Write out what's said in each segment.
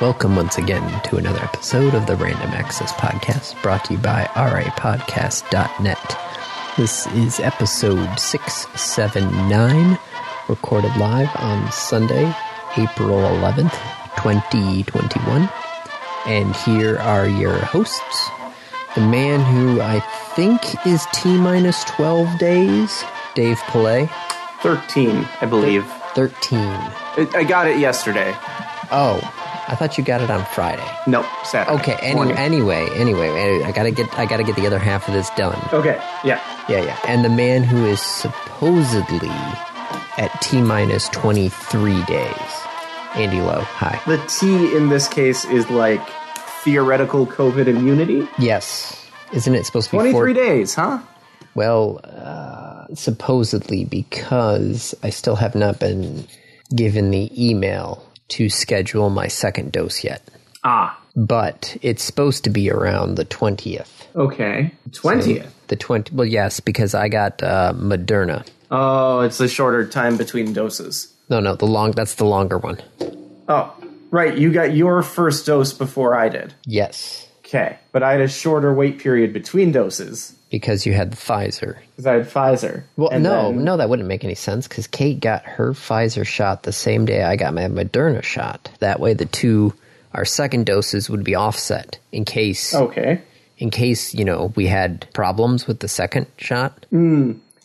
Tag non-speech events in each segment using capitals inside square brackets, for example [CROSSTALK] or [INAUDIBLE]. Welcome once again to another episode of the Random Access Podcast brought to you by rapodcast.net. This is episode 679, recorded live on Sunday, April 11th, 2021. And here are your hosts the man who I think is T minus 12 days, Dave Pillay, 13, I believe. 13. I I got it yesterday. Oh, I thought you got it on Friday. Nope, Saturday. Okay. Any, Morning. anyway, anyway, I gotta get I gotta get the other half of this done. okay, yeah. Yeah, yeah. And the man who is supposedly at t minus twenty three days, Andy Lowe. Hi. The T in this case is like theoretical COVID immunity. Yes. Isn't it supposed to be 23 four- days, huh? Well, uh, supposedly because I still have not been given the email to schedule my second dose yet. Ah, But it's supposed to be around the twentieth. okay. 20th. The twenty. Well, yes, because I got uh, Moderna. Oh, it's the shorter time between doses. No, no, the long that's the longer one. Oh, right. You got your first dose before I did. Yes, Okay. But I had a shorter wait period between doses because you had the Pfizer. because I had Pfizer. Well, And no, then- no, that wouldn't make any sense because Kate got her Pfizer shot the same day I got my Moderna shot. That way, the two our second doses would be offset in case Okay. in case you know we had problems with the second shot. We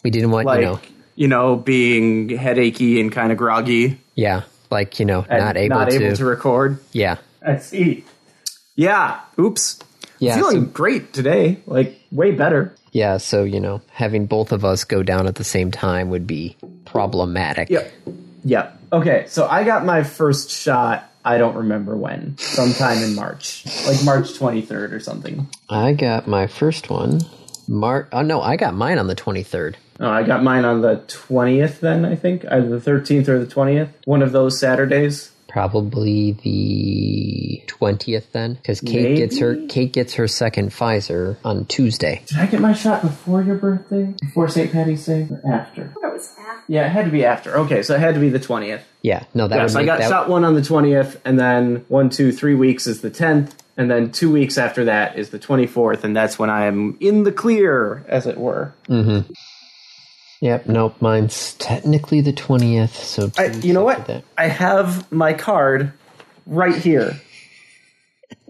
didn't want Mm. Like, you know, you know, being headachy and kind of groggy. yeah, like you know, and not able not to, able to record. yeah, I see. Yeah. Oops. Yeah, Feeling so- great today. Like way better. yeah. So you know, having both of us go down at the same time would be problematic. Yep. Yep. Okay. So I got my first shot. I don't remember when. Sometime in March, like March 23rd or something. I got my first one. Mark, oh no, I got mine on the twenty third. Oh, I got mine on the 20th. Then I think either the 13th or the 20th. One of those Saturdays. probably the 20th then because kate Maybe? gets her kate gets her second pfizer on tuesday Did I get my shot before your birthday? Before St. Patty's Day? Or after? It was after. Yeah, it had to be after. Okay, so it had to be the 20th. yeah no that Yeah, would so I make got that shot one on the 20th, and then one, two, three weeks is the 10th, and then two weeks after that is the 24th, and that's when I am in the clear, as it were. yep nope mine's technically the 20th so I, two you know weeks what? after that. I have my card [LAUGHS] right here.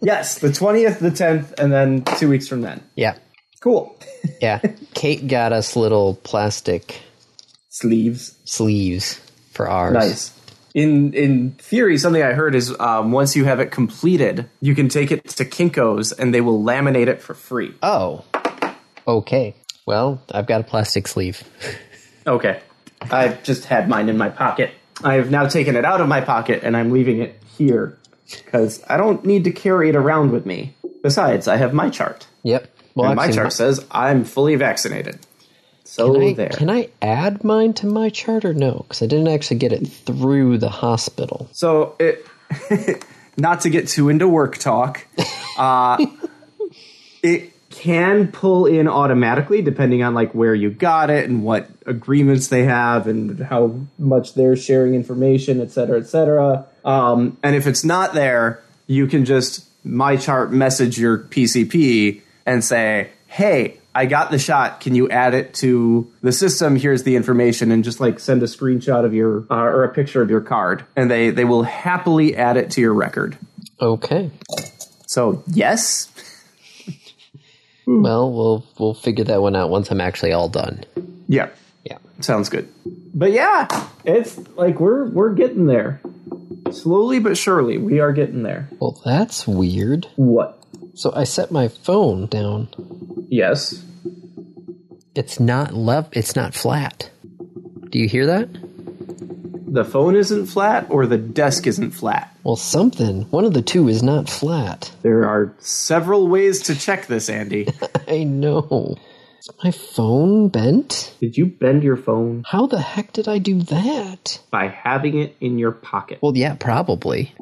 yes, the 20th, the 10th, and then two weeks from then. yeah Cool. [LAUGHS] yeah kate got us little plastic Sleeves. sleeves for ours Nice. In in theory, something I heard is um, once you have it completed, you can take it to Kinko's and they will laminate it for free. oh okay well i've got a plastic sleeve [LAUGHS] Okay. I just had mine in my pocket. I have now taken it out of my pocket and I'm leaving it here because I don't need to carry it around with me. Besides, I have my chart. yep well and my actually, chart says I'm fully vaccinated. So Can I, there. can I add mine to my chart or no? Because I didn't actually get it through the hospital. so it [LAUGHS] not to get too into work talk, uh, it can pull in automatically depending on like where you got it and what agreements they have and how much they're sharing information, et cetera, et cetera. Um, and if it's not there, you can just my chart message your PCP and say, "Hey, I got the shot. Can you add it to the system? Here's the information, and just like send a screenshot of your uh, or a picture of your card, and they they will happily add it to your record. Okay. So yes, Well, we'll we'll figure that one out once I'm actually all done. yeah, Yeah. sounds good. But yeah, it's like we're we're getting there, slowly but surely. We are getting there. Well, that's weird. What? So I set my phone down. Yes. It's not lev. It's not flat. Do you hear that? The phone isn't flat or the desk isn't flat. Well, something. One of the two is not flat. [LAUGHS] There are several ways to check this, [LAUGHS] Andy. I know. Is my phone bent? Did you bend your phone How the heck did I do that? by having it in your pocket? Well, yeah, probably.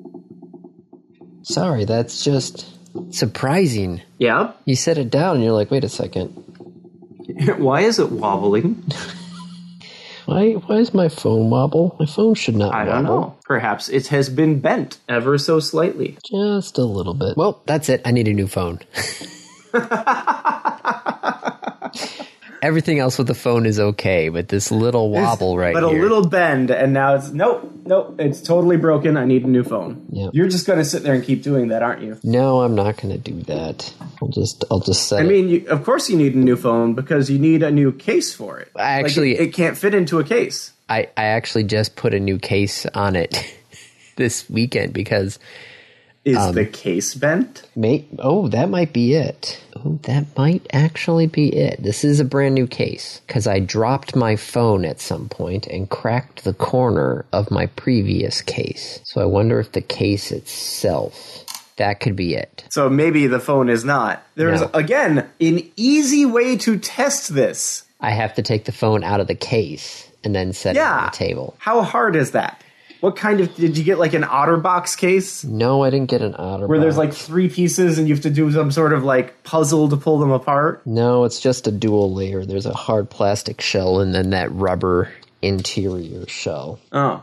Sorry, that's just surprising. Yeah. [LAUGHS] You set it down and you're like, wait a second. Why is it wobbling? Why why is my phone wobble? My phone should not I wobble. don't know. Perhaps it has been bent ever so slightly. Just a little bit. Well, that's it. I need a new phone. [LAUGHS] Everything else with the phone is okay, but this little wobble right but here. a little bend, and now it's nope, nope, it's totally broken. I need a new phone. Yeah. You're just going to sit there and keep doing that, aren't you? no, I'm not going to do that. I'll just I'll just set I it. mean, you, of course you need a new phone because you need a new case for it. I Like, actually- it, it can't fit into a case. I, I actually just put a new case on it [LAUGHS] this weekend because Is Um, the case bent? may oh that might be it. Oh, that might actually be it. This is a brand new case because I dropped my phone at some point and cracked the corner of my previous case. So I wonder if the case itself that could be it. So maybe the phone is not. There's No. again an easy way to test this. I have to take the phone out of the case and then set it on Yeah. the table. How hard is that? What kind of did you get like an OtterBox case No, I didn't get an otter. where there's like three pieces and you have to do some sort of like puzzle to pull them apart? No, it's just a dual layer. There's a hard plastic shell and then that rubber interior shell. Oh.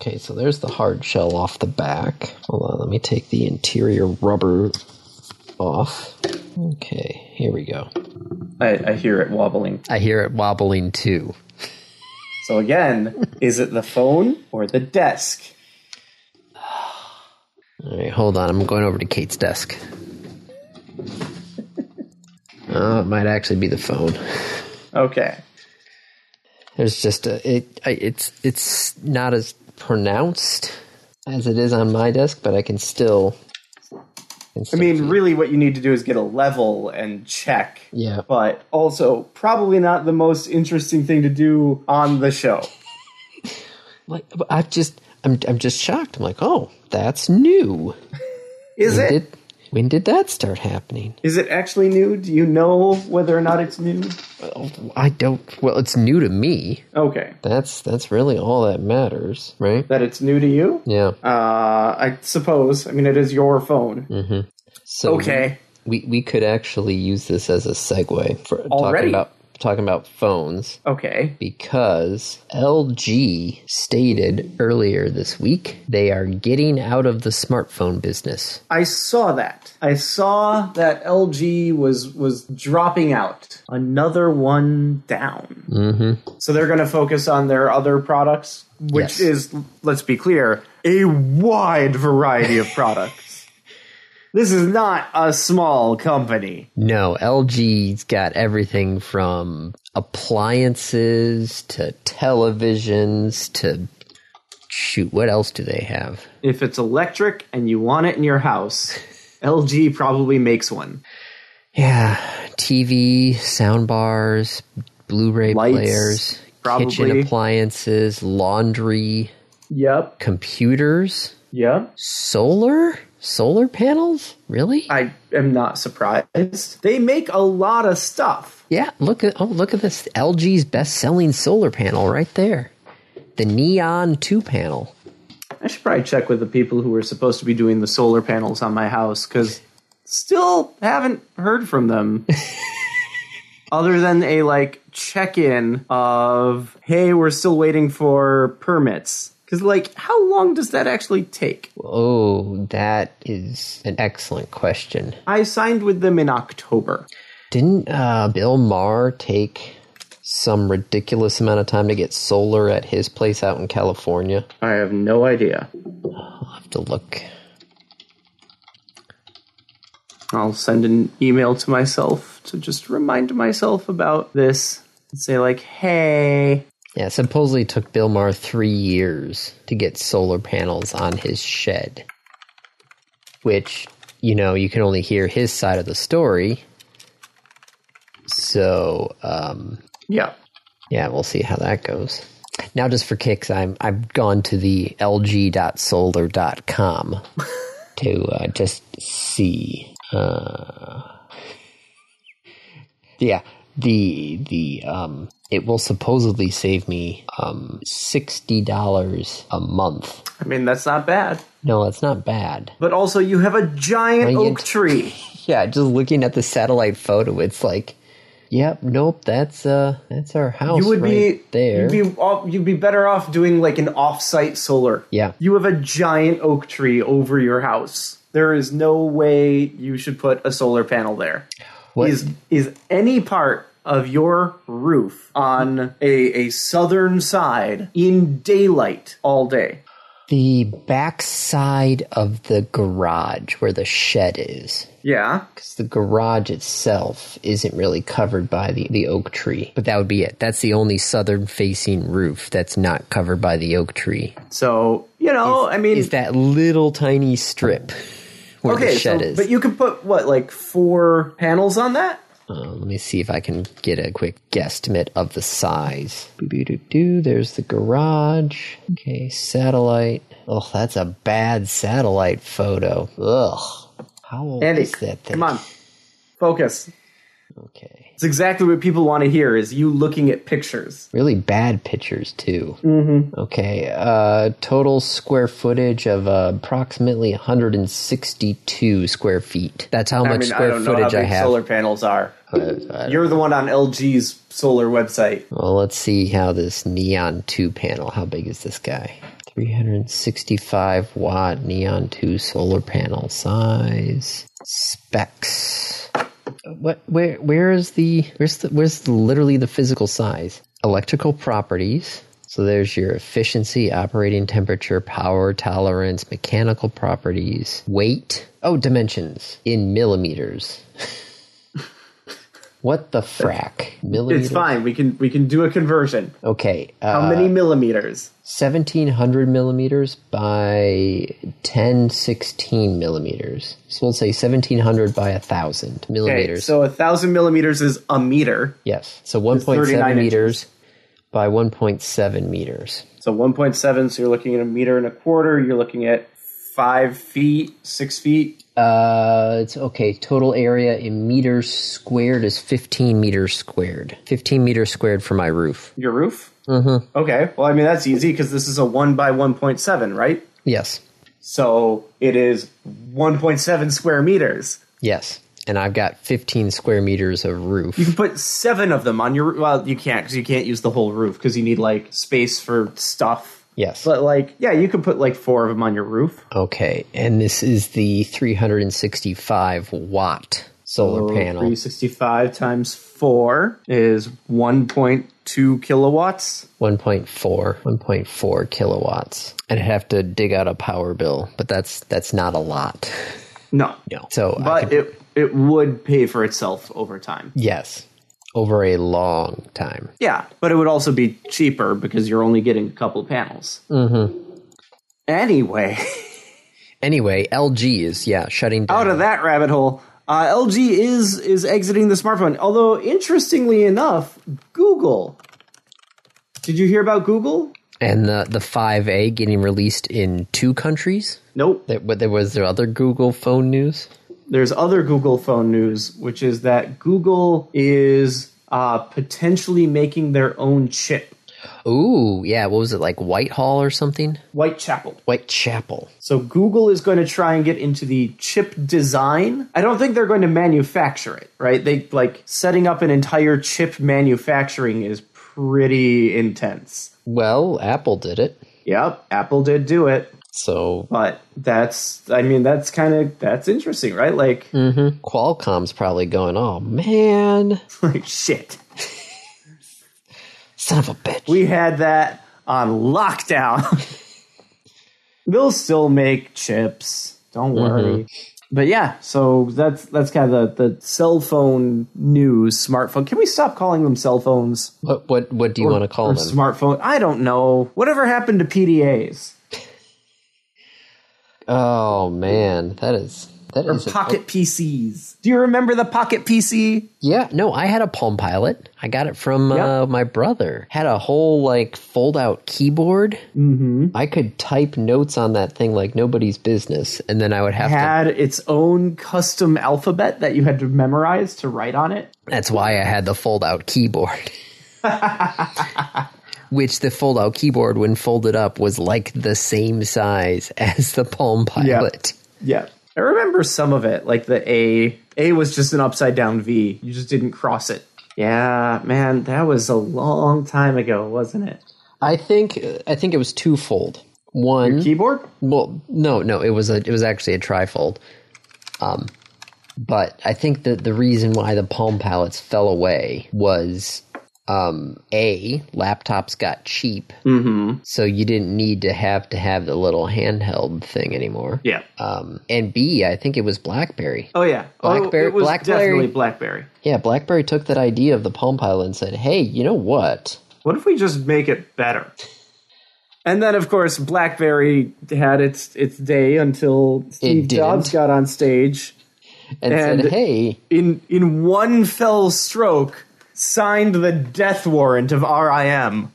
Okay, so there's the hard shell off the back. Hold on, let me take the interior rubber off. Okay, here we go. I, I hear it wobbling. I hear it wobbling too. So [LAUGHS] again, is it the phone or the desk? All right, hold on. I'm going over to Kate's [LAUGHS] desk. Oh, it might actually be the phone. Okay. There's just a it. I- It's it's not as pronounced as it is on my desk, but I can still. can I still mean, really, what you need to do is get a level and check. Yeah. But also, probably not the most interesting thing to do on the show. like I've just I'm I'm just shocked. I'm like, oh, that's new. Is When it? did when did that start happening? Is it actually new? Do you know whether or not it's new? I don't. Well, it's new to me. Okay. That's that's really all that matters, right? That it's new to you? Yeah. Uh, I suppose. I mean, it is your phone. So Okay. we we could actually use this as a segue for Already? talking about talking about phones Okay. because LG stated earlier this week they are getting out of the smartphone business. I saw that. I saw that LG was was dropping out. Another one down. Mm-hmm. So they're going to focus on their other products, Yes. which is, let's be clear, a wide variety of products. This is not a small company. No, LG's got everything from appliances to televisions to shoot, what else do they have? If it's electric and you want it in your house, LG probably makes one. Yeah, TV, sound bars, Blu-ray Lights, players, kitchen probably. appliances, laundry, Yep. computers, Yep. solar, solar panels? Really? I am not surprised. They make a lot of stuff. Yeah, look at oh look at this LG's best-selling solar panel right there. The Neon 2 panel. I should probably check with the people who were supposed to be doing the solar panels on my house because still haven't heard from [LAUGHS] them. Other than a like check in of, hey, we're still waiting for permits. Because, like, how long does that actually take? Oh, that is an excellent question. I signed with them in October. Didn't uh, Bill Maher take some ridiculous amount of time to get solar at his place out in California? I have no idea. I'll have to look. I'll send an email to myself to just remind myself about this and say, like, hey, Yeah, supposedly it took Bill Maher three years to get solar panels on his shed. Which, you know, you can only hear his side of the story. So, um, yeah, Yeah, we'll see how that goes. Now, just for kicks, I'm I've gone to the lg.solar.com [LAUGHS] to uh, just see. Uh, yeah, the the um, it will supposedly save me um sixty dollars a month. I mean, that's not bad. No, that's not bad. But also, you have a giant Giant. oak tree. Yeah, just looking at the satellite photo, it's like Yep. Nope. That's uh, that's our house. You would right be there. You'd be off, you'd be better off doing like an off-site solar. Yeah. You have a giant oak tree over your house. There is no way you should put a solar panel there. What- Is is any part of your roof on a, a southern side in daylight all day? the backside of the garage where the shed is. Yeah. Because the garage itself isn't really covered by the, the oak tree. But that would be it. That's the only southern facing roof that's not covered by the oak tree. So you know, I mean, Is that little tiny strip where okay. the So, shed is. but you can put what like four panels on that. Uh, let me see if I can get a quick guesstimate of the size. Boo-boo-doo-doo, there's the garage. Okay, satellite. Oh, that's a bad satellite photo. Ugh. How old Andy, is that thing? come on, focus. Okay. It's exactly what people want to hear is you looking at pictures. Really bad pictures, too. Mm-hmm. Okay, uh, total square footage of uh, approximately 162 square feet. That's how much square footage I have. solar panels are. You're the one on LG's solar website. Well, let's see how this Neon 2 panel, how big is this guy? 365 watt Neon 2 solar panel size specs. What where where is the where's the where's the, literally the physical size? Electrical properties. So there's your efficiency, operating temperature, power tolerance, mechanical properties, weight. Oh, dimensions in millimeters. [LAUGHS] what the frack? Millimeters. It's fine. We can we can do a conversion. Okay. Uh, How many millimeters? 1700 millimeters by 1016 millimeters. So we'll say 1700 by 1000 Okay, millimeters. so a thousand millimeters is a meter. yes. So 1.7 39 meters by 1.7 meters. So 1.7. So you're looking at a meter and a quarter. You're looking at five feet, six feet. Uh, it's okay. Total area in meters squared is 15 meters squared. 15 meters squared for my roof. Your roof. Mm-hmm. Okay. Well, I mean that's easy because this is a one by 1.7, right? Yes. So it is 1.7 square meters. Yes. And I've got 15 square meters of roof. You can put seven of them on your. Well, you can't because you can't use the whole roof because you need like space for stuff. yes. But like, yeah, you could put like four of them on your roof. Okay, and this is the 365 watt solar panel. Three sixty-five times four is one point two kilowatts. 1.4, 1.4 kilowatts. And I'd have to dig out a power bill, but that's that's not a lot. No, No. So I but could- it it would pay for itself over time. yes, over a long time. Yeah, but it would also be cheaper because you're only getting a couple panels. Mm-hmm. Anyway. [LAUGHS] Anyway, LG is yeah, shutting down. out of that rabbit hole. Uh, LG is is exiting the smartphone. Although interestingly enough, Google. Did you hear about Google? and the the 5A getting released in two countries? Nope. That what there was there other Google phone news? There's other Google phone news, which is that Google is uh, potentially making their own chip, Ooh, yeah, what was it like Whitehall or something? Whitechapel. Whitechapel. So Google is going to try and get into the chip design. I don't think they're going to manufacture it, right? They like setting up an entire chip manufacturing is pretty intense. Well, Apple did it. Yep, Apple did do it, So but that's I mean that's kind of that's interesting, right? Like Qualcomm's probably going, oh man, [LAUGHS] like shit. son of a bitch. We had that on lockdown. [LAUGHS] They'll still make chips. Don't worry. But yeah, so that's that's kind of the, the cell phone news, smartphone. Can we stop calling them cell phones? what what what do you want to call or them? smartphone? I don't know. Whatever happened to PDAs oh man, that is that or is a- pocket PCs? Do you remember the pocket PC? yeah, no, I had a Palm Pilot. I got it from uh, my brother. Had a whole like fold out keyboard. Mm-hmm. I could type notes on that thing like nobody's business, and then I would have to. had its own custom alphabet that you had to memorize to write on it. That's why I had the fold out [LAUGHS] keyboard. [LAUGHS] Which the fold out keyboard, when folded up, was like the same size [LAUGHS] as the Palm Pilot. Yeah. I remember some of it, like the A. A was just an upside down V. You just didn't cross it. Yeah, man, that was a long time ago, wasn't it? I think I think it was twofold. One, Keyboard? well, no, no, it was a it was actually a trifold. Um, but I think that the reason why the Palm palettes fell away was um, a laptops got cheap, Mm-hmm. so you didn't need to have to have the little handheld thing anymore. Yeah. Um, and B, I think it was BlackBerry. Oh yeah. Blackberry- Oh, it was Blackberry. definitely BlackBerry. Yeah, BlackBerry took that idea of the Palm Pilot and said, "Hey, you know what? What if we just make it better? And then, of course, BlackBerry had its its day until Steve Jobs didn't. got on stage And, And- said, "Hey, in in one fell stroke signed the death warrant of RIM.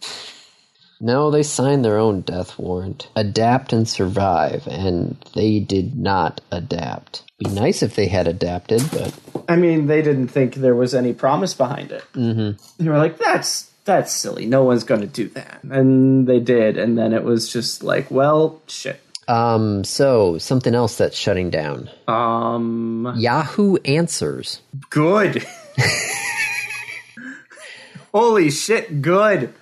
no, they signed their own death warrant. Adapt and survive." And they did not adapt. Be nice if they had adapted, but I mean, they didn't think there was any promise behind it. Mm-hmm. They were like, "That's that's silly. No one's going to do that." And they did, and then it was just like, "Well, shit." um so something else that's shutting down. Um, Yahoo Answers. good. [LAUGHS] Holy shit, good.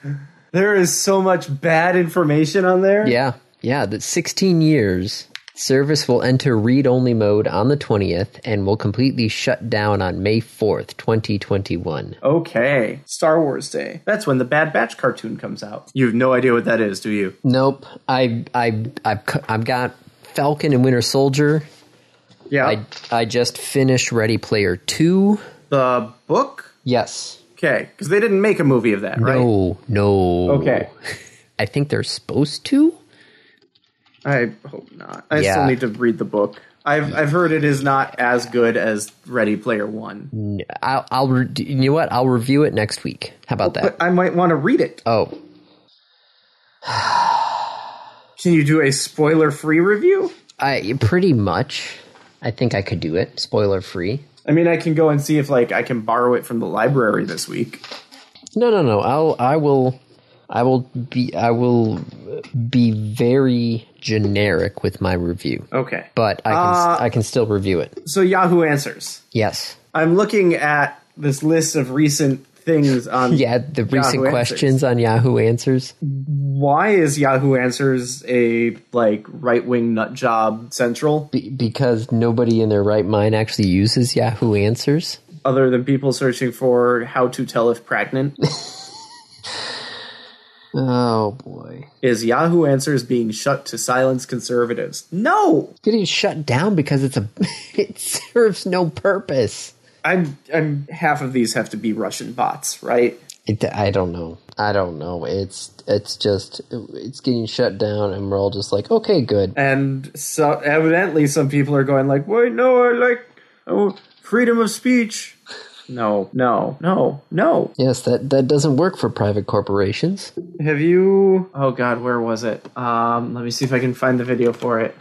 There is so much bad information on there. Yeah. Yeah, that 16 years service will enter read-only mode on the 20th and will completely shut down on May 4th, 2021. Okay. Star Wars Day. That's when the Bad Batch cartoon comes out. You have no idea what that is, do you? Nope. I I I've cu- I've got Falcon and Winter Soldier. Yeah. I I just finished Ready Player 2. the book? Yes. Okay. Because they didn't make a movie of that, right? No, no. Okay. I think they're supposed to. I hope not. I still Yeah. need to read the book. I've, I've heard it is not as good as Ready Player One. I'll, I'll re- you know what? I'll review it next week. How about that? But I might want to read it. Oh, Can you do a spoiler free review? I pretty much. I think I could do it. Spoiler free. I mean, I can go and see if like I can borrow it from the library this week. No, no, no. I'll I will I will be I will be very generic with my review. Okay. But I can Uh, s I can still review it. So Yahoo Answers. Yes. I'm looking at this list of recent things [LAUGHS] on Yeah, the recent Answers. questions on Yahoo Answers. why is Yahoo Answers a like right wing nut job central Be- because nobody in their right mind actually uses Yahoo Answers. other than people searching for how to tell if pregnant? Oh boy. is Yahoo Answers being shut to silence conservatives? No. Getting shut down because it's a [LAUGHS] it serves no purpose. I'm I'm half of these have to be Russian bots, right? It, I don't know. I don't know. It's it's just it's getting shut down, and we're all just like, okay, good. And so evidently some people are going like, "Wait, no, I like oh, freedom of speech." No, no, no, no. Yes, that that doesn't work for private corporations. Have you? Oh God, where was it? Um, let me see if I can find the video for it.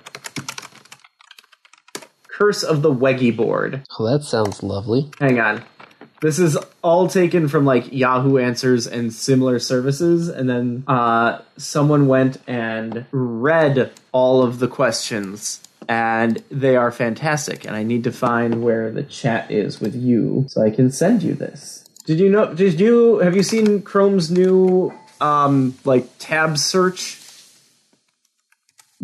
Curse of the Weggy board. Oh, that sounds lovely. Hang on. This is all taken from like Yahoo Answers and similar services, and then uh, someone went and read all of the questions, and they are fantastic. And I need to find where the chat is with you so I can send you this. Did you know? Did you have you seen Chrome's new um, like tab search?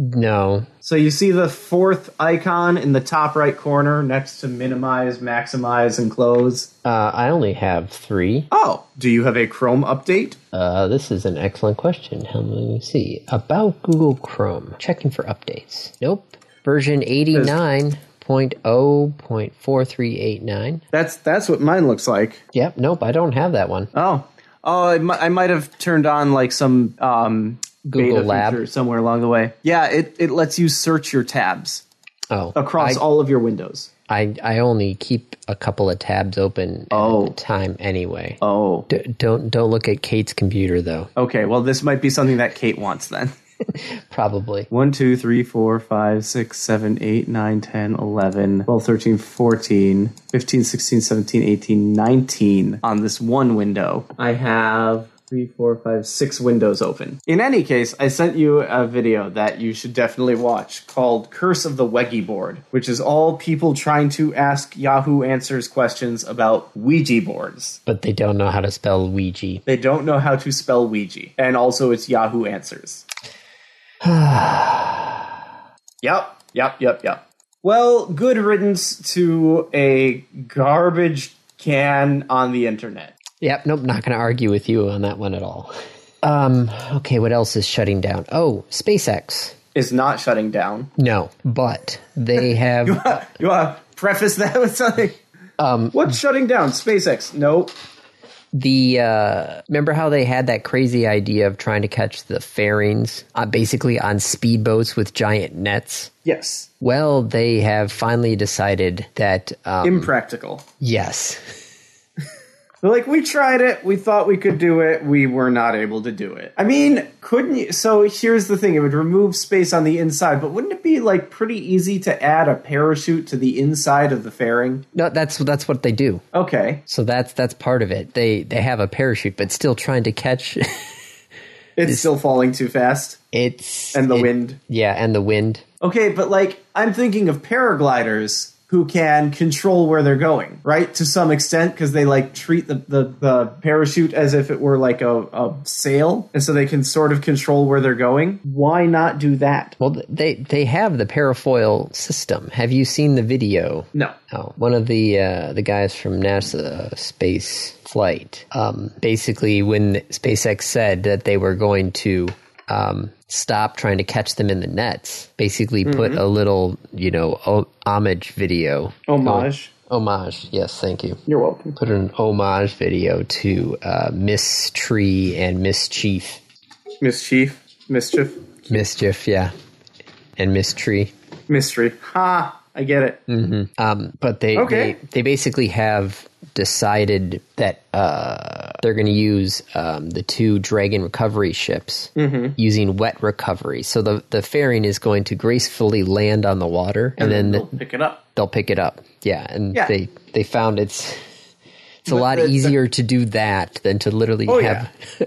No, So you see the fourth icon in the top right corner next to minimize, maximize, and close. uh, I only have three. Oh, do you have a Chrome update? Uh, this is an excellent question. How many we see about Google Chrome? Checking for updates. Nope. Version eighty nine point oh point four three eight nine. That's that's what mine looks like. Yep. Nope. I don't have that one. Oh, oh, I, mi- I might have turned on like some um, Google beta Lab. feature somewhere along the way. Yeah, it it lets you search your tabs Oh, across all of your windows. I I only keep a couple of tabs open Oh. at a time anyway. Oh, D- don't don't look at Kate's computer though. okay. Well, this might be something that Kate wants then. Probably. 1, 2, 3, 4, 5, 6, 7, 8, 9, 10, 11, 12, 13, 14, 15, 16, 17, 18, 19 on this one window. I have three, four, five, six windows open. In any case, I sent you a video that you should definitely watch called Curse of the Wegi Board, which is all people trying to ask Yahoo Answers questions about Ouija boards. But they don't know how to spell Ouija. They don't know how to spell Ouija. And also, it's Yahoo Answers. [SIGHS] yep, yep, yep, yep. Well, good riddance to a garbage can on the internet. Yep, nope, not going to argue with you on that one at all. Um, okay, what else is shutting down? Oh, SpaceX. Is not shutting down. [LAUGHS] No, but they have You want to preface that with something? Um, What's shutting down? SpaceX. No. the uh remember how they had that crazy idea of trying to catch the fairings uh, basically on speedboats with giant nets? Yes. Well, they have finally decided that um, Impractical. yes. They're like, we tried it. We thought we could do it. We were not able to do it. I mean, couldn't you? So here's the thing it would remove space on the inside, but wouldn't it be like pretty easy to add a parachute to the inside of the fairing? No, that's that's what they do. Okay. So that's that's part of it. They they have a parachute, but still trying to catch [LAUGHS] It's still falling too fast. it's And the it- wind. Yeah, and the wind. Okay, but like I'm thinking of paragliders who can control where they're going, right? To some extent, because they like treat the, the, the parachute as if it were like a, a sail, and so they can sort of control where they're going. Why not do that? Well, th- they they have the parafoil system. Have you seen the video? No. Oh, one of the uh, the guys from NASA space flight. Um, basically, when SpaceX said that they were going to um, stop trying to catch them in the nets, basically put a little you know o- homage video. Homage. Homage. Yes, thank you. You're welcome. Put an homage video to uh, Miss Tree and Miss Chief. Mischief. Mischief. Mischief, yeah. And Miss Tree. Mystery. Ha! I get it. Um, but they, Okay. they they basically have decided that uh, they're going to use um, the two Dragon recovery ships Mm-hmm. using wet recovery. So the the fairing is going to gracefully land on the water, and, then they'll the, pick it up. they'll pick it up. Yeah, and Oh, Yeah. they they found it's it's a lot the- the- easier to do that than to literally Oh, have [LAUGHS]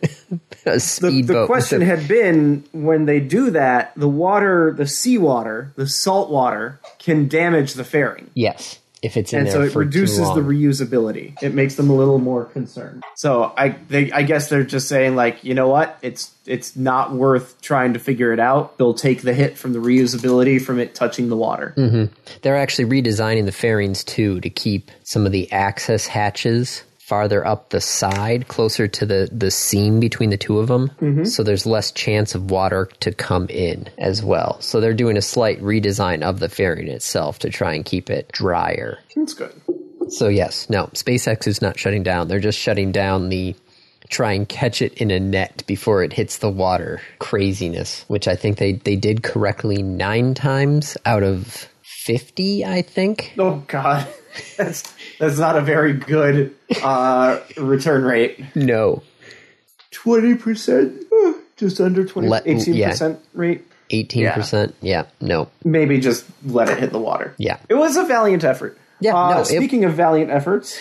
a The, speedboat. the with question a- had been when they do that, the water, the seawater, the salt water can damage the fairing. yes, if it's in and there so it for too reduces the long. reusability. It makes them a little more concerned. So I, they, I guess they're just saying like, you know what? It's it's not worth trying to figure it out. They'll take the hit from the reusability from it touching the water. Hmm. They're actually redesigning the fairings too to keep some of the access hatches farther up the side, closer to the, the seam between the two of them. So there's less chance of water to come in as well. So they're doing a slight redesign of the fairing itself to try and keep it drier. That's good. So, yes, no, SpaceX is not shutting down. They're just shutting down the try and catch it in a net before it hits the water craziness, which I think they, they did correctly nine times out of 50, I think. Oh God, [LAUGHS] that's that's not a very good uh, return rate. No. Twenty percent, Uh, just under 20 Let- yeah. 18 percent rate. 18%. Yeah. No. Maybe just let it hit the water. Yeah. It was a valiant effort. Yeah, Uh, no, it- speaking of valiant efforts,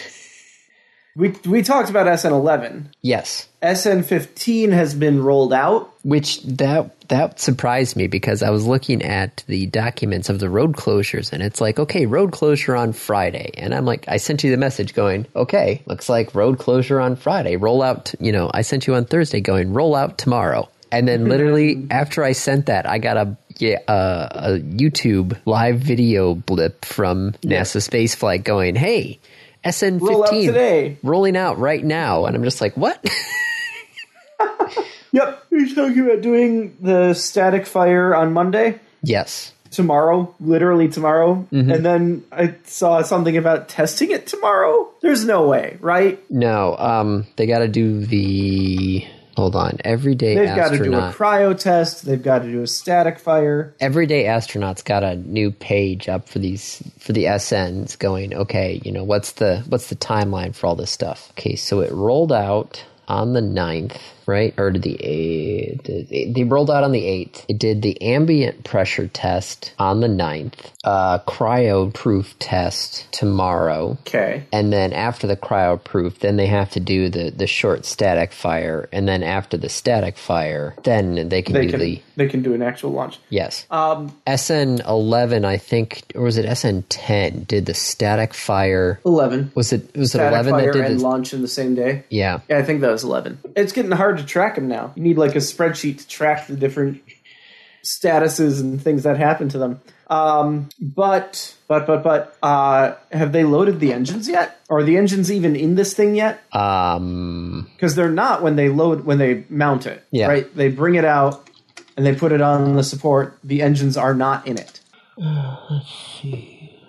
we we talked about SN11. Yes. SN15 has been rolled out. Which that that surprised me because I was looking at the documents of the road closures and it's like, okay, road closure on Friday. And I'm like, I sent you the message going, okay, looks like road closure on Friday. Roll out, you know, I sent you on Thursday going, roll out tomorrow. And [LAUGHS] then literally after I sent that, I got a yeah, uh, a YouTube live video blip from NASA spaceflight going, "Hey, SN15 Roll out today. rolling out right now." And I'm just like, "What?" [LAUGHS] Yep. Are you talking about doing the static fire on Monday? yes. tomorrow, literally tomorrow. Mm-hmm. And then I saw something about testing it tomorrow. There's no way, right? No, um, they got to do the. Hold on. Everyday They've got to do a astronaut. cryo test. They've got to do a static fire. Everyday astronauts got a new page up for these for the SNs. Going okay, you know what's the what's the timeline for all this stuff? Okay, so it rolled out on the 9th, right? Or did the eight, they rolled out on the 8th. It did the ambient pressure test on the 9th, uh, cryo proof test tomorrow. Okay. And then after the cryo proof, then they have to do the, the short static fire. And then after the static fire, then they can They do can the. they can do an actual launch. Yes. Um, SN 11, I think, or was it SN 10 did the static fire? eleven. Was it was it Static 11 fire that did and this? launch in the same day. Yeah. Yeah, I think that was 11. It's getting hard to track them now. You need like a spreadsheet to track the different statuses and things that happen to them. Um, but, but, but, but, uh, have they loaded the engines yet? Are the engines even in this thing yet? Um Because they're not when they load, when they mount it. Yeah. Right? They bring it out and they put it on the support. The engines are not in it.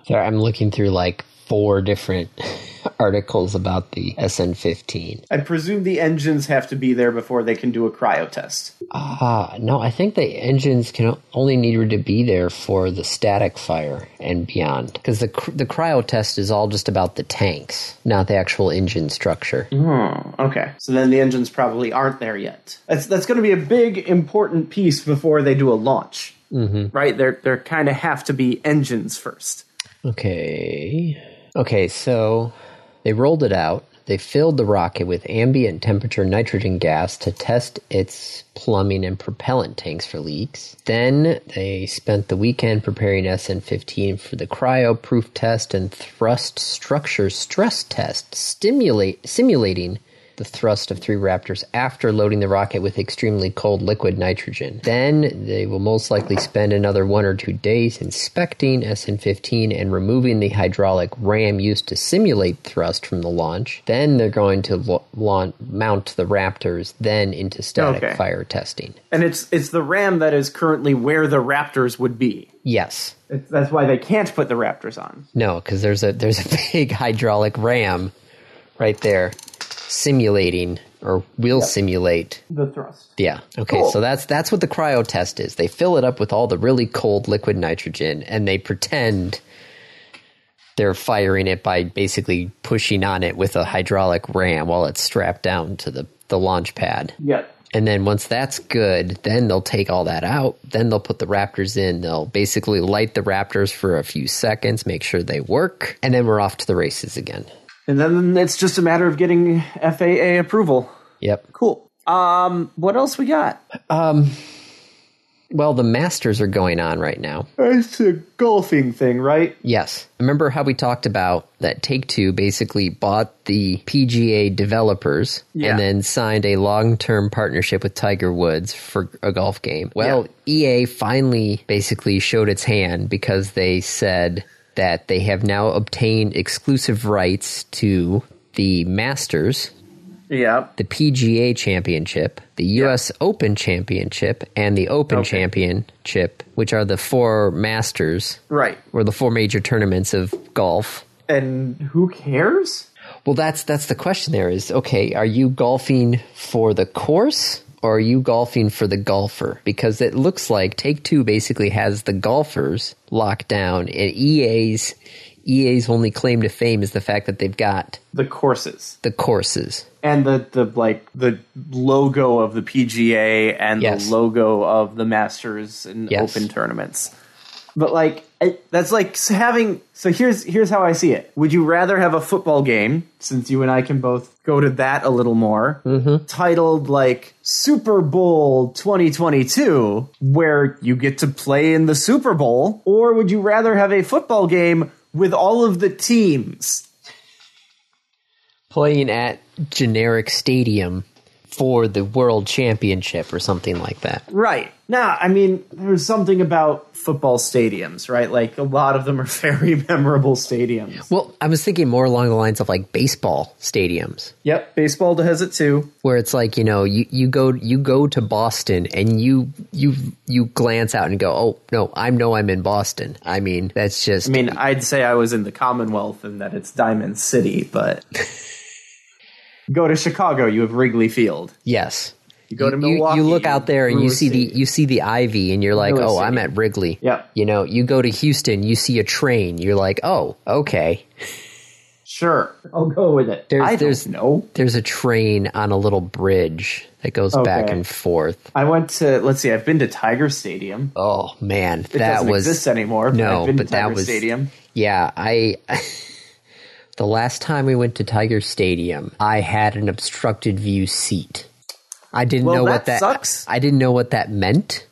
sorry, I'm looking through like four different [LAUGHS] articles about the SN15. I presume the engines have to be there before they can do a cryo test. Ah, no, I think the engines can only need to be there for the static fire and beyond cuz the cr- the cryo test is all just about the tanks, not the actual engine structure. Oh, okay. So then the engines probably aren't there yet. That's that's going to be a big important piece before they do a launch, mm-hmm. right? They're they're kind of have to be engines first. Okay. Okay, so they rolled it out. They filled the rocket with ambient temperature nitrogen gas to test its plumbing and propellant tanks for leaks. Then they spent the weekend preparing SN 15 for the cryo proof test and thrust structure stress test, stimulate, simulating the thrust of three Raptors after loading the rocket with extremely cold liquid nitrogen. Then they will most likely spend another one or two days inspecting SN 15 and removing the hydraulic ram used to simulate thrust from the launch. Then they're going to lo- launch, mount the Raptors, then into static Okay. fire testing. And it's it's the ram that is currently where the Raptors would be. Yes. It's, that's why they can't put the Raptors on. No, because there's a there's a [LAUGHS] big hydraulic ram right there simulating or will simulate The thrust. Yeah. Okay. Cool. So that's that's what the cryo test is. They fill it up with all the really cold liquid nitrogen, and they pretend they're firing it by basically pushing on it with a hydraulic ram while it's strapped down to the the launch pad. Yeah. And then once that's good, then they'll take all that out. Then they'll put the Raptors in. They'll basically light the Raptors for a few seconds, make sure they work, and then we're off to the races again. And then it's just a matter of getting FAA approval. Yep. Cool. Um, what else we got? Well, the Masters are going on right now. It's a golfing thing, right? Yes. Remember how we talked about that Take Two basically bought the PGA developers Yeah. and then signed a long term partnership with Tiger Woods for a golf game? Well, EA finally basically showed its hand because they said that they have now obtained exclusive rights to the Masters, Yeah. the PGA Championship, the U.S. Open Championship, and the Open Championship, which are the four Masters Right. or the four major tournaments of golf. And who cares? Well, that's that's the question. There is okay. Are you golfing for the course or are you golfing for the golfer? Because it looks like Take Two basically has the golfers locked down, and E EA's EA's only claim to fame is the fact that they've got The courses. the courses. and the, the like the logo of the PGA and Yes. the logo of the Masters and Yes. Open tournaments. But like it, that's like s- having so here's here's how I see it. Would you rather have a football game since you and I can both go to that a little more Mm-hmm. titled like Super Bowl 2022 where you get to play in the Super Bowl or would you rather have a football game with all of the teams? playing at generic stadium for the world championship or something like that. Right. Now, I mean, there's something about football stadiums, right? Like a lot of them are [LAUGHS] very memorable stadiums. Well, I was thinking more along the lines of like baseball stadiums Yep, baseball has it too. where it's like, you know, you, you go you go to Boston and you you you glance out and go, "Oh, no, I know I'm in Boston." I mean, that's just I mean, I'd say I was in the Commonwealth and that it's Diamond City, but [LAUGHS] go to Chicago, you have Wrigley Field. yes. You go to Milwaukee, You, look out there and you Brewer see the Stadium. you see the ivy and you're like, Brewer "Oh, I'm Stadium. at Wrigley." Yep. You know, you go to Houston, you see a train, you're like, "Oh, okay." Sure, I'll go with it. There's- I don't there's- know. There's a train on a little bridge that goes back Okay. and forth. I went to let's see. I've been to Tiger Stadium. Oh man, It that doesn't was exist anymore. but no, I've been but to that Tiger was Stadium. Yeah, I. [LAUGHS] the last time we went to Tiger Stadium, I had an obstructed view seat. I didn't Well, know that what that. sucks. I didn't know what that [LAUGHS] meant.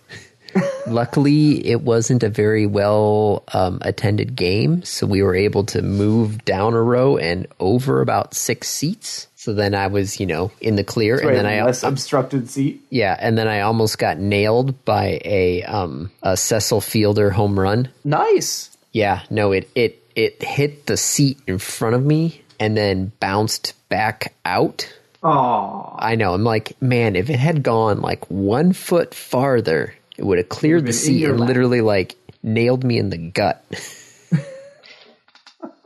Luckily, it wasn't a very well um, attended game, so we were able to move down a row and over about six seats. So then I was, you know, in the clear, and Right, then I uh, less obstructed seat. yeah, and then I almost got nailed by a um, a Cecil Fielder home run. Nice. Yeah, no, it it it hit the seat in front of me and then bounced back out. Oh, I know. I'm like, man, if it had gone like one foot farther, it would have cleared the been in seat your and lap. literally like nailed me in the gut. [LAUGHS]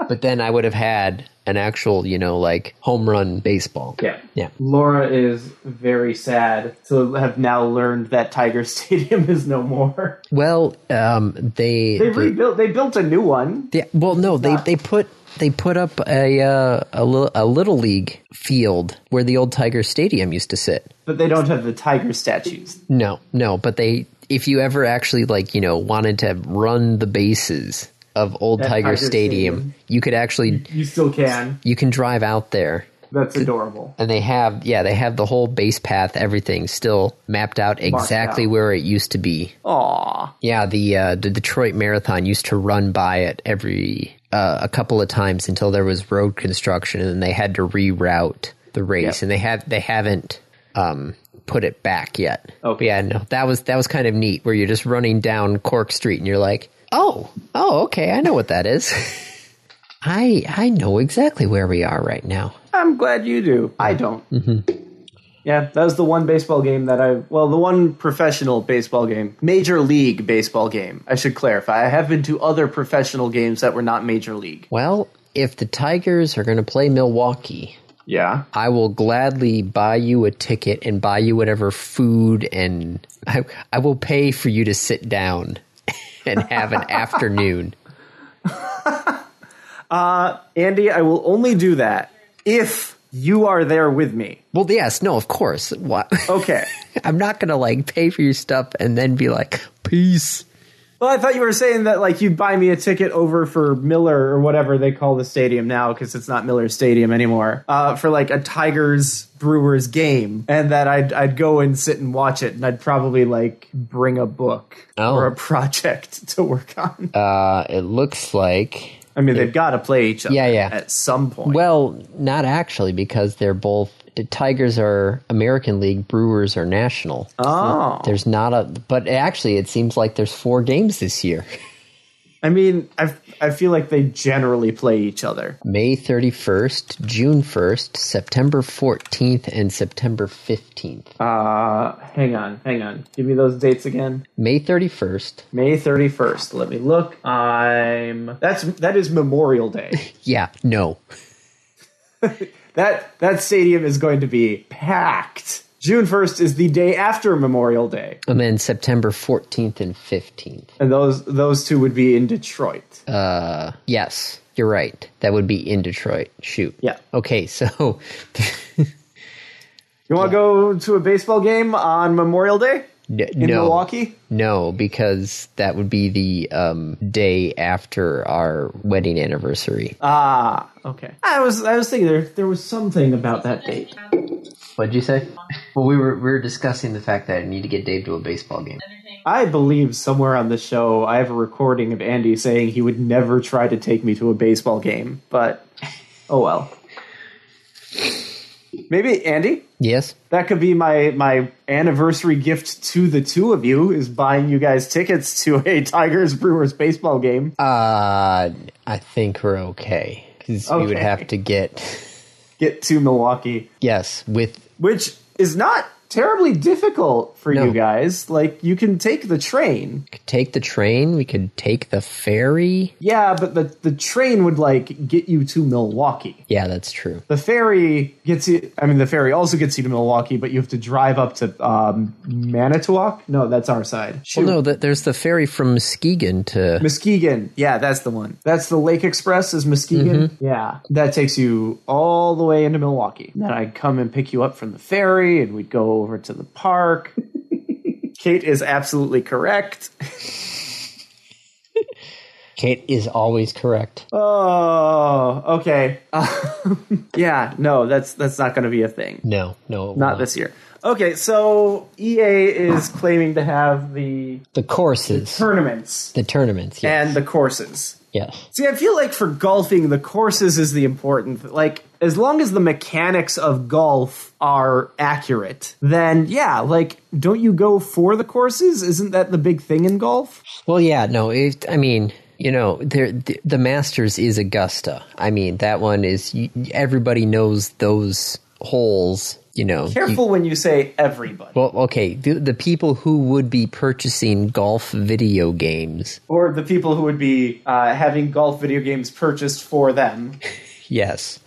but then I would have had an actual, you know, like home run baseball. yeah. Yeah. Laura is very sad to have now learned that Tiger [LAUGHS] Stadium is no more. Well, um, they They the- rebuilt. They built a new one. Yeah, well, no, they, they put they put up a uh, a, li- a little league field where the old Tiger Stadium used to sit. But they don't have the tiger statues. No, no, but they if you ever actually like you know wanted to run the bases of old That Tiger, Tiger Stadium, Stadium. you could actually You still can. you can drive out there. That's adorable. And they have, yeah, they have the whole base path, everything still mapped out exactly out. where it used to be. Aw. Yeah, the uh, the Detroit Marathon used to run by it every uh, a couple of times until there was road construction, and then they had to reroute the race, Yep. and they have they haven't um, put it back yet. Okay. But yeah, no, that was that was kind of neat, where you're just running down Cork Street, and you're like, oh, oh, okay, I know what that is. [LAUGHS] I I know exactly where we are right now. I'm glad you do. I don't. Yeah, that was the one baseball game that I, well, the one professional baseball game, major league baseball game. I should clarify. I have been to other professional games that were not major league. Well, if the Tigers are going to play Milwaukee, Yeah. I will gladly buy you a ticket and buy you whatever food and I, I will pay for you to sit down [LAUGHS] and have an afternoon. Andy, I will only do that if you are there with me. Well, yes, no, of course. What? Okay. [LAUGHS] I'm not going to like pay for your stuff and then be like, peace. well, I thought you were saying that like you'd buy me a ticket over for Miller or whatever they call the stadium now because it's not Miller Stadium anymore. Uh, for like a Tigers Brewers game, and that I'd I'd go and sit and watch it, and I'd probably like bring a book Oh. or a project [LAUGHS] to work on. Uh, it looks like. I mean, they've got to play each other Yeah, yeah. at some point. Well, not actually, because they're both. The Tigers are American League, Brewers are national. oh, There's not a. But actually, it seems like there's four games this year. [LAUGHS] I mean, I I feel like they generally play each other. May 31st, June 1st, September 14th, and September 15th. Uh, hang on, hang on. Give me those dates again. May 31st. May 31st. Let me look. I'm That's that is Memorial [LAUGHS] Day. Yeah, no. that that stadium is going to be packed. June 1st is the day after Memorial Day. And then September 14th and 15th. And those those two would be in Detroit. Uh, yes, you're right. That would be in Detroit. Shoot. Yeah. Okay, [LAUGHS] so You want to go to a baseball game on Memorial Day n- in no. Milwaukee? No, because that would be the um, day after our wedding anniversary. Ah, okay. I was I was thinking there there was something about that date. What'd you say? Well, we were we were discussing the fact that I need to get Dave to a baseball game. I believe somewhere on the show I have a recording of Andy saying he would never try to take me to a baseball game, but oh well. Maybe Andy, Yes. that could be my my anniversary gift to the two of you is buying you guys tickets to a [LAUGHS] Tigers Brewers baseball game. Uh, I think we're okay because we would Okay. have to get Get to Milwaukee, yes with which is not terribly difficult for No. you guys. Like you can take the train. could take the train. We could take the ferry. Yeah, but the the train would like get you to Milwaukee. Yeah, that's true. The ferry gets you. I mean, the ferry also gets you to Milwaukee, but you have to drive up to um, Manitowoc. No, that's our side. Shoot. Well, no, that there's the ferry from Muskegon to. Muskegon. Yeah, that's the one. That's the Lake Express is Muskegon. Mm-hmm. Yeah. That takes you all the way into Milwaukee. Then I'd come and pick you up from the ferry and we'd go over to the park. [LAUGHS] Kate is absolutely correct. Kate is always correct. Oh, okay. [LAUGHS] Um, yeah, no, that's that's not going to be a thing. No, no, it will Not this year. Okay, so EA is claiming to have the The courses, tournaments the tournaments. Yeah, and the courses. yes. See, I feel like for golfing, the courses is the important. Like, as long as the mechanics of golf are accurate, then yeah, like, don't you go for the courses? Isn't that the big thing in golf? Well, yeah, no. It, I mean, you know, there, the, the Masters is Augusta. I mean, that one is. You, everybody knows those holes. You know, you- Careful when you say everybody, well, okay, the, the people who would be purchasing golf video games. or the people who would be uh, having golf video games purchased for them. Yes.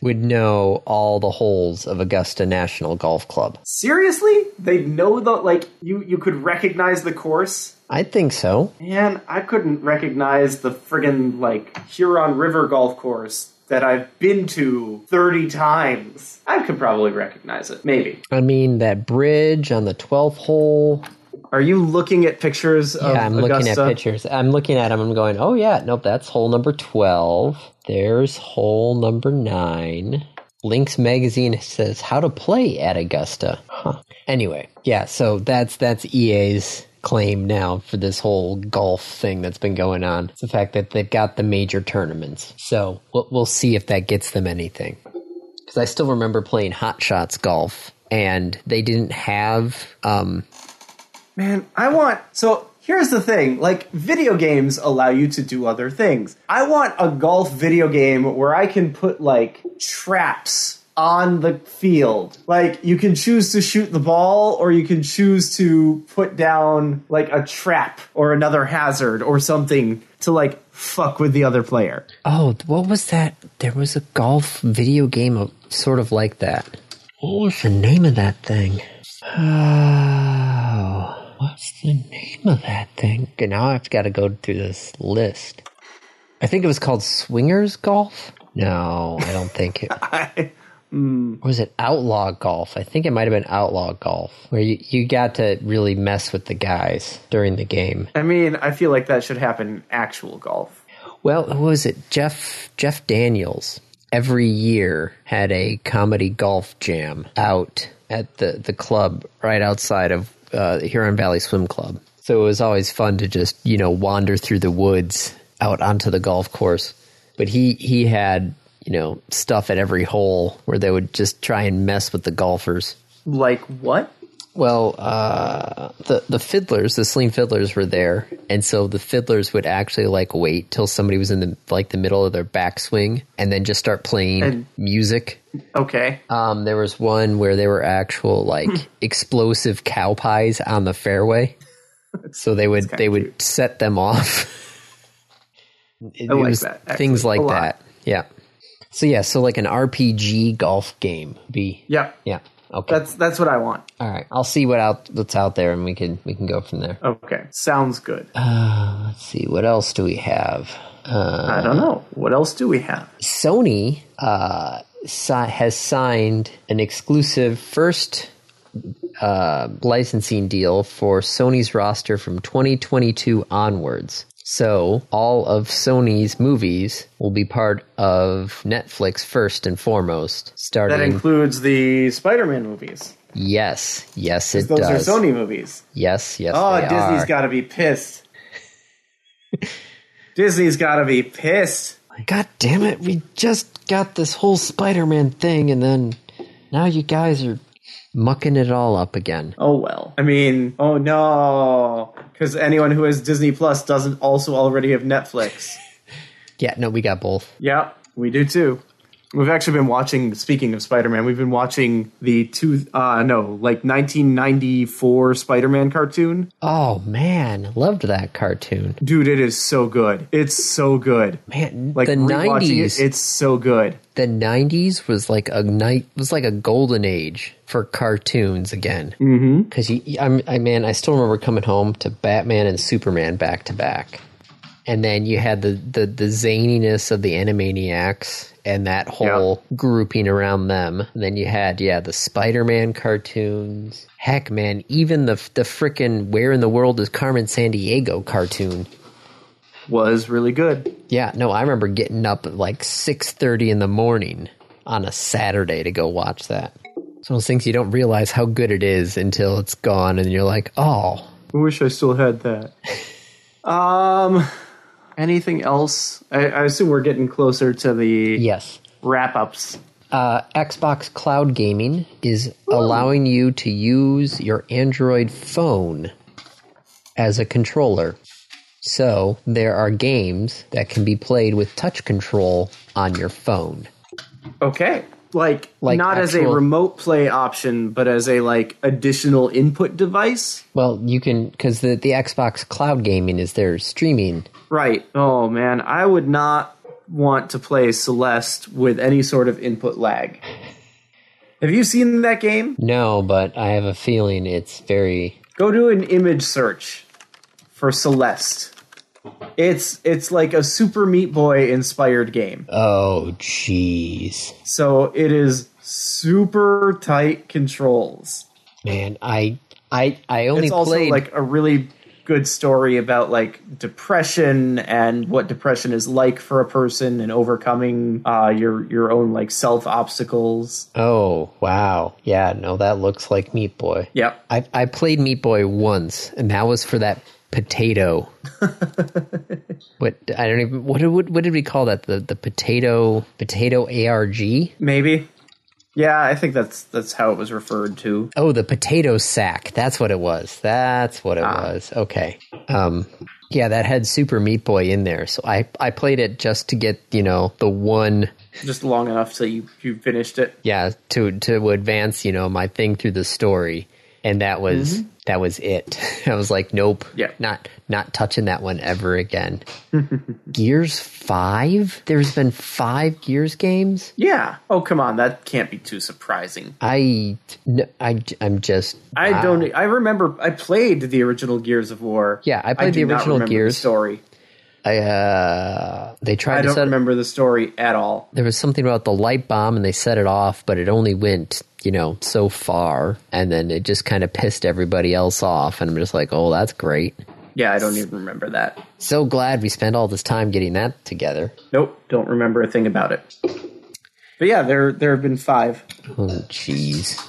Would know all the holes of Augusta National Golf Club. Seriously, they know the like. You you could recognize the course. I think so. Man, I couldn't recognize the friggin' like Huron River golf course that I've been to 30 times. I could probably recognize it. Maybe. I mean, that bridge on the 12th hole. Are you looking at pictures of Yeah, I'm looking at Augusta? pictures. I'm looking at them. I'm going, oh, yeah, nope, that's hole number 12. There's hole number 9. Links Magazine says how to play at Augusta. Huh. Anyway, yeah, so that's that's EA's claim now for this whole golf thing that's been going on. It's the fact that they've got the major tournaments. So we'll, we'll see if that gets them anything. Because I still remember playing Hot Shots golf, and they didn't have um, Man, I want. So here's the thing like, video games allow you to do other things. I want a golf video game where I can put, like, traps on the field. Like, you can choose to shoot the ball, or you can choose to put down, like, a trap or another hazard or something to, like, fuck with the other player. Oh, what was that? There was a golf video game of sort of like that. What was the name of that thing? Oh, what's the name of that thing? Okay, Now I've got to go through this list. I think it was called Swingers Golf. No, I don't think it. Or was it Outlaw Golf? I think it might have been Outlaw Golf, where you, you got to really mess with the guys during the game. I mean, I feel like that should happen in actual golf. Well, who was it? Jeff Jeff Daniels every year had a comedy golf jam out at the the club right outside of uh, Huron Valley Swim Club. So it was always fun to just you know wander through the woods out onto the golf course. But he he had you know stuff at every hole where they would just try and mess with the golfers. Like, what? Well, uh, the the fiddlers, the sling fiddlers, were there, and so the fiddlers would actually like wait till somebody was in the like the middle of their backswing, and then just start playing And- music. Okay. Um, there was one where they were actual like Hmm. explosive cow pies on the fairway, so they would they would set them off. It- I it like was that, actually, Things like a lot. that. Yeah. So yeah, so like an RPG golf game would be. Yeah. Yeah. Okay. That's that's what I want. All right, I'll see what out that's out there, and we can we can go from there. Okay. Sounds good. Uh, let's see what else do we have. Uh, I don't know. What else do we have? Sony uh, si- has signed an exclusive first uh, licensing deal for Sony's roster from 2022 onwards. So all of Sony's movies will be part of Netflix first and foremost. That Starting, includes the Spider-Man movies. yes, yes, it Those does. are Sony movies. Yes, yes. Oh, they Disney's are. got to be pissed. [LAUGHS] Disney's got to be pissed. God damn it, we just got this whole Spider Man thing, and then now you guys are mucking it all up again. Oh well. I mean, oh no, because anyone who has Disney Plus [LAUGHS] doesn't also already have Netflix. Yeah, no, we got both. yep, we do too. We've actually been watching. Speaking of Spider-Man, we've been watching the two, uh, no, like 1994 Spider-Man cartoon. Oh man, loved that cartoon. Dude, it is so good. It's so good. Man, Like the rewatching nineties. it, it's so good. the nineties was like a night was like a golden age for cartoons again. Mm-hmm. Because I'm, I man, I still remember coming home to Batman and Superman back to back, and then you had the the the zaniness of the Animaniacs and that whole grouping around them. And then you had yeah the Spider Man cartoons. Heck, man, even the the frickin' Where in the World is Carmen San Diego cartoon. Was really good. Yeah, no, I remember getting up at like six thirty in the morning on a Saturday to go watch that. It's one of those things you don't realize how good it is until it's gone, and you're like, oh, I wish I still [LAUGHS] had that. um, anything else? I, I assume we're getting closer to the yes. wrap-ups. Uh, Xbox Cloud Gaming is allowing you to use your Android phone as a controller. So there are games that can be played with touch control on your phone. Okay. Like, Like not as a actual- remote play option, but as a like additional input device. Well, you can because the the Xbox Cloud Gaming is their streaming Right. Oh man, I would not want to play Celeste with any sort of [LAUGHS] input lag. Have you seen that game? No, but I have a feeling it's very. Go do an image search for Celeste. It's it's like a Super Meat Boy inspired game. Oh, jeez. So it is super tight controls. Man, I. I, I only It's also played like a really good story about like depression and what depression is like for a person and overcoming uh, your your own like self obstacles. oh wow yeah no that looks like Meat Boy Yep. I I played Meat Boy once and that was for that [LAUGHS] potato what I don't even what did- what what did we call that the the potato potato ARG Maybe. Yeah, I think that's that's how it was referred to. Oh, the potato sack. That's what it was. That's what it Ah. was. Okay. Um, yeah, that had Super Meat Boy in there. So I, I played it just to get, you know, the one, Just long enough till you, you finished it. yeah, to, to advance, you know, my thing through the story. And that was, that was it. [LAUGHS] I was like, nope, Mm-hmm. Yeah. not, not touching that one ever [LAUGHS] again. Gears 5? There's been five Gears games? Yeah. Oh come on, that can't be too surprising. I, n- I, am just, I wow. don't. e, I remember. I played the original Gears of War. Yeah, I played the do not original remember the Gears. story. I, uh, they tried I to don't set, remember the story at all. there was something about the light bomb and they set it off, but it only went, you know, so far. And then it just kind of pissed everybody else off. And I'm just like, oh, that's great. Yeah, I don't even remember that. So glad we spent all this time getting that together. Nope, don't remember a thing about it. But yeah, there there have been five. Oh, jeez.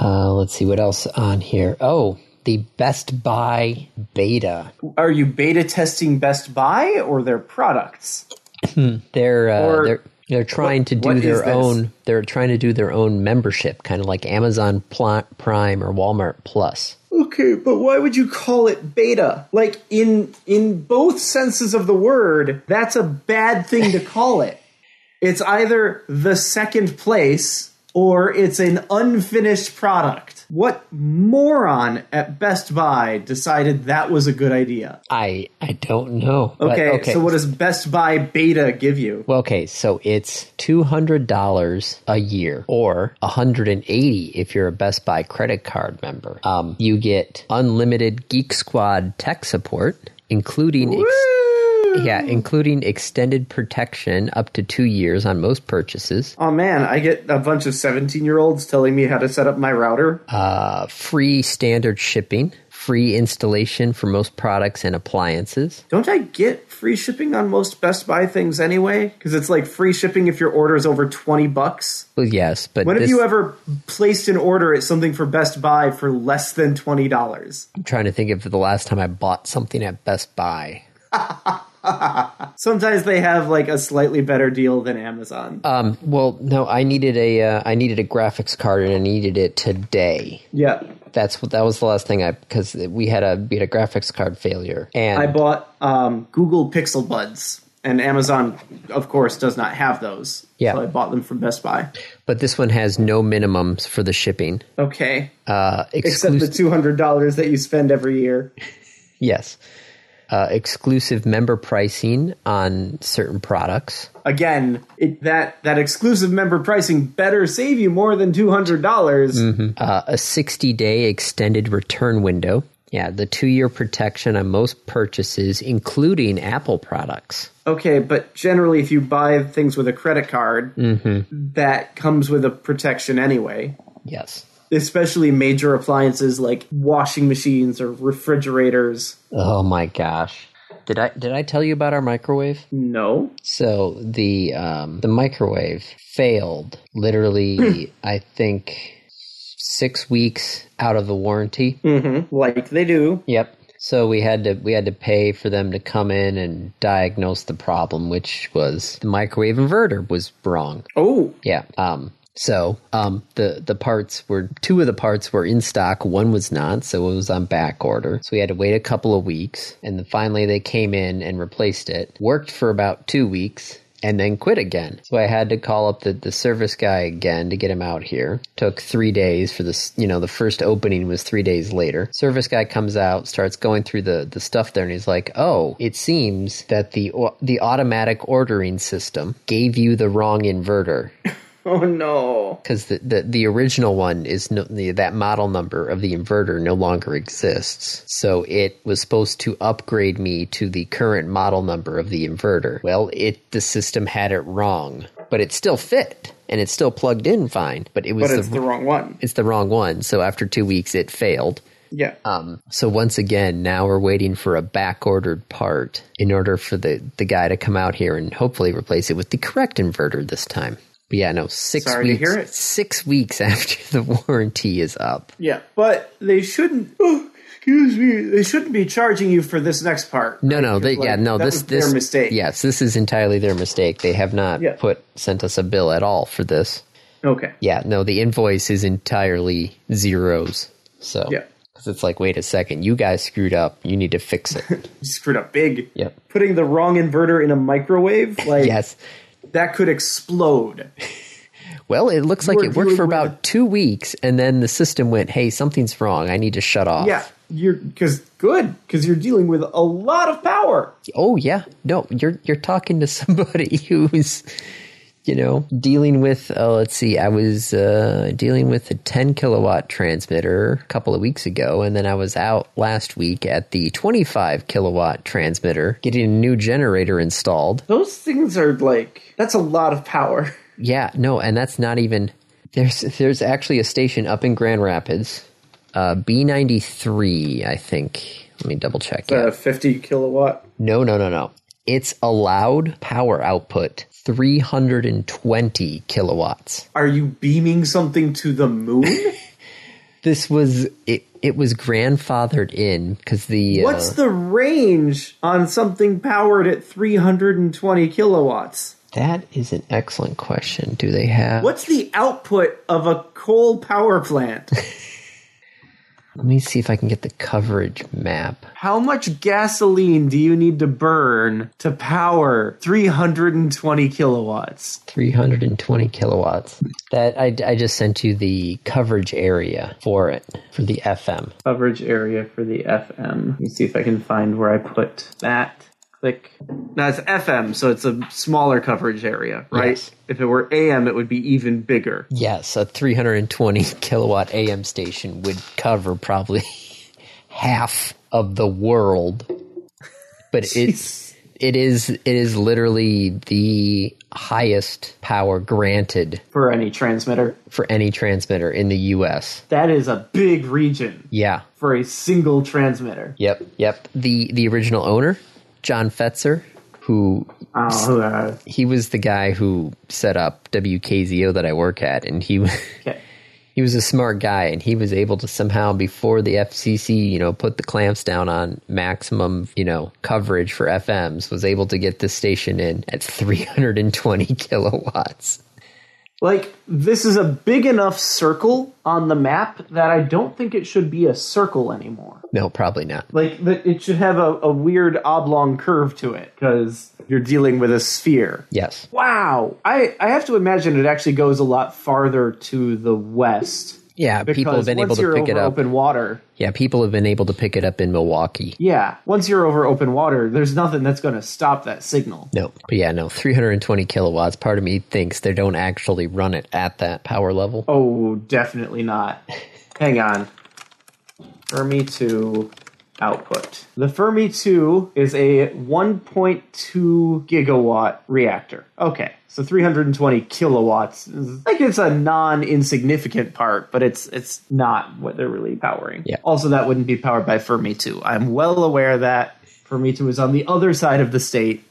Uh, let's see what else on here. Oh, the Best Buy beta. Are you beta testing Best Buy or their products? They're uh, Or- they're they're trying to what do is their this? own. They're trying to do their own membership, kind of like Amazon Pl- Prime or Walmart Plus. Okay, but why would you call it beta? Like in in both senses of the word, that's a bad thing to call it. It's either the second place or it's an unfinished product. What moron at Best Buy decided that was a good idea? I I don't know. but Okay, so what does Best Buy beta give you? Well, okay, so it's two hundred dollars a year, or hundred and eighty if you're a Best Buy credit card member. Um, you get unlimited Geek Squad tech support, including ex- yeah, including extended protection up to two years on most purchases. Oh man, I get a bunch of 17 year olds telling me how to set up my router. Uh, free standard shipping, free installation for most products and appliances. Don't I get free shipping on most Best Buy things anyway? Because it's like free shipping if your order is over 20 bucks. Well, yes, but When this, have you ever placed an order at something for Best Buy for less than $20? I'm trying to think of the last time I bought something at Best Buy. Sometimes they have like a slightly better deal than Amazon. Um, well, no, I needed a uh, I needed a graphics card and I needed it today. yeah. That's what that was the last thing I because we had a we had a graphics card failure and I bought um, Google Pixel Buds, and Amazon, of course, does not have those. Yeah. So I bought them from Best Buy. But this one has no minimums for the shipping. Okay. Uh, Except exclusive, the two hundred dollars that you spend every year. yes. Uh, exclusive member pricing on certain products. Again, it, that that exclusive member pricing better save you more than two hundred dollars. Uh, a 60 day extended return window. Yeah, the two year protection on most purchases, including Apple products. Okay, but generally, if you buy things with a credit card, Mm-hmm. that comes with a protection anyway. Yes. Especially major appliances like washing machines or refrigerators. Oh my gosh. Did I did I tell you about our microwave? No. So the um, the microwave failed literally I think 6 weeks out of the warranty. Hmm. Mm-hmm. Like they do. Yep. So we had to we had to pay for them to come in and diagnose the problem which was the microwave inverter was wrong. Oh, [LAUGHS] Yeah. Um so um the the parts were two of the parts were in stock, one was not, so it was on back order. So we had to wait a couple of weeks and then finally they came in and replaced it. Worked for about 2 weeks and then quit again. So I had to call up the, the service guy again to get him out here. Took 3 days for this, you know, the first opening was 3 days later. Service guy comes out, starts going through the the stuff there and he's like, "Oh, it seems that the au- the automatic ordering system gave you the wrong inverter." oh no. because the, the the original one is no, the, that model number of the inverter no longer exists. So it was supposed to upgrade me to the current model number of the inverter. Well, it the system had it wrong, but it still fit and it's still plugged in fine. But it was But it's the, the wrong one. it's the wrong one. So after two weeks, it failed. Yeah. Um, so once again, now we're waiting for a back ordered part in order for the, the guy to come out here and hopefully replace it with the correct inverter this time. But yeah, no, six Sorry to weeks. hear it. Six weeks [LAUGHS] after the warranty is up. Yeah. But they shouldn't. Oh, excuse me. They shouldn't be charging you for this next part. No, no, they, like, yeah, no. that This, was this their mistake. Yes, this is entirely their mistake. They have not Yeah. put sent us a bill at all for this. Okay. Yeah, no, the invoice is entirely zeros. So Yeah. because it's like, wait a second, you guys screwed up. You need to fix [LAUGHS] it. You screwed up big. Yep. Putting the wrong inverter in [LAUGHS] a microwave, like yes. that [LAUGHS] could explode. Well, it looks like were- it you worked were for with- about two weeks, and then the system went, "Hey, something's wrong. I need to shut off." Yeah, you're because good because you're dealing with a lot of power. Oh yeah. No, you're you're talking to [LAUGHS] somebody who's, you know, dealing with. Uh, let's see. I was uh, dealing with a 10 kilowatt transmitter a couple of weeks ago, and then I was out last week at the 25 kilowatt transmitter getting a new generator installed. Those things are like that's a lot of power. [LAUGHS] Yeah, no, and that's not even there's there's actually a station up in Grand Rapids, uh, B ninety three, I think. Let me double check. Yeah. Uh, Fifty kilowatt. No, no, no, no. It's allowed power output three hundred and twenty kilowatts. Are you beaming something to the [LAUGHS] moon? This was it. It was grandfathered in because the What's uh, the range on something powered at three hundred and twenty kilowatts? that is an excellent question. Do they have? What's the output of a coal power plant? Let me see if I can get the coverage map. How much gasoline do you need to burn to power 320 kilowatts? 320 kilowatts. That I, I just sent you the coverage area for it for the FM. coverage area for the FM. Let me see if I can find where I put that. Click. Now it's FM, so it's a smaller coverage area, right? Yes. If it were AM, it would be even bigger. Yes, a 320 kilowatt AM station would cover probably [LAUGHS] half of the world. But it's it is it is literally the highest power granted For any transmitter, for any transmitter in the US. that is a big region Yeah. for a single transmitter. Yep, yep. The the original owner, John Fetzer, who Oh, uh, he was the guy who set up WKZO that I work at, and he [LAUGHS] okay. he was a smart guy, and he was able to somehow before the FCC, you know, put the clamps down on maximum, you know, coverage for FMs, was able to get this station in at 320 [LAUGHS] kilowatts. Like, this is a big enough circle on the map that I don't think it should be a circle anymore. No, probably not. Like, that it should have a, a weird oblong curve to it, because you're dealing with a sphere. Yes. Wow. I, I have to imagine it actually goes a lot farther to the west. Yeah, people have because been able once to you're pick over it up. Open water. Yeah, people have been able to pick it up in Milwaukee. Yeah. Once you're over open water, there's nothing that's going to stop that signal. No, but yeah, no, 320 kilowatts. Part of me thinks they don't actually run it at that power level. Oh, definitely not. Hang on. Fermi 2 output. The Fermi 2 is a 1.2 gigawatt reactor. Okay. So 320 kilowatts. is- Like it's a non-insignificant part, but it's it's not what they're really powering. Yeah. Also that wouldn't be powered by Fermi 2. I'm well aware of that Fermi 2 is on the other side of the state.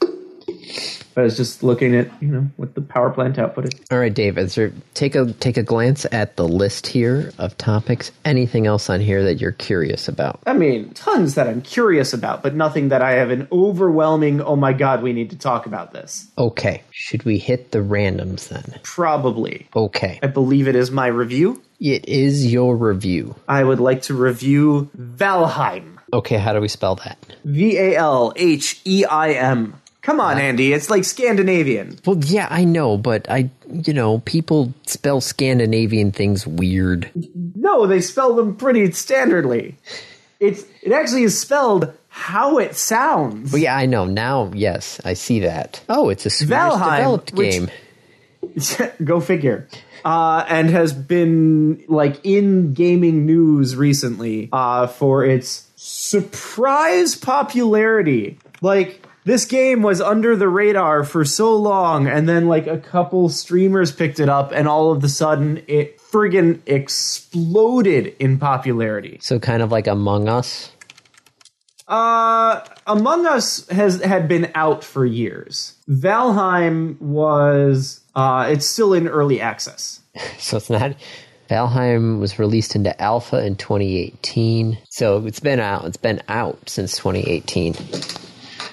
But I was just looking at, you know, what the power plant output is. All right, Dave, is there, take a take a glance at the list here of topics. Anything else on here that you're curious about? I mean, tons that I'm curious about, but nothing that I have an overwhelming, oh my god, we need to talk about this. Okay, should we hit the randoms then? Probably. Okay, I believe it is my review. it is your review. I would like to review Valheim. Okay, how do we spell that? V A L H E I M. Come on, Andy, it's like Scandinavian. Well, yeah, I know, but I, you know, people spell Scandinavian things weird. No, they spell them pretty standardly. It's it actually is spelled how it sounds. Yeah, I know. Now, yes, I see that. Oh, it's a Swedish Valheim, developed which- game. [LAUGHS] Go figure. Uh, and has been like in gaming news recently uh, for its surprise popularity. Like this game was under the radar for so long, and then like a couple streamers picked it up, and all of a sudden it friggin' exploded in popularity. So kind of like Among Us. Uh, Among Us has had been out for years. Valheim was uh, it's still in early access. So it's not. Valheim was released into alpha in 2018. So it's been out. It's been out since 2018.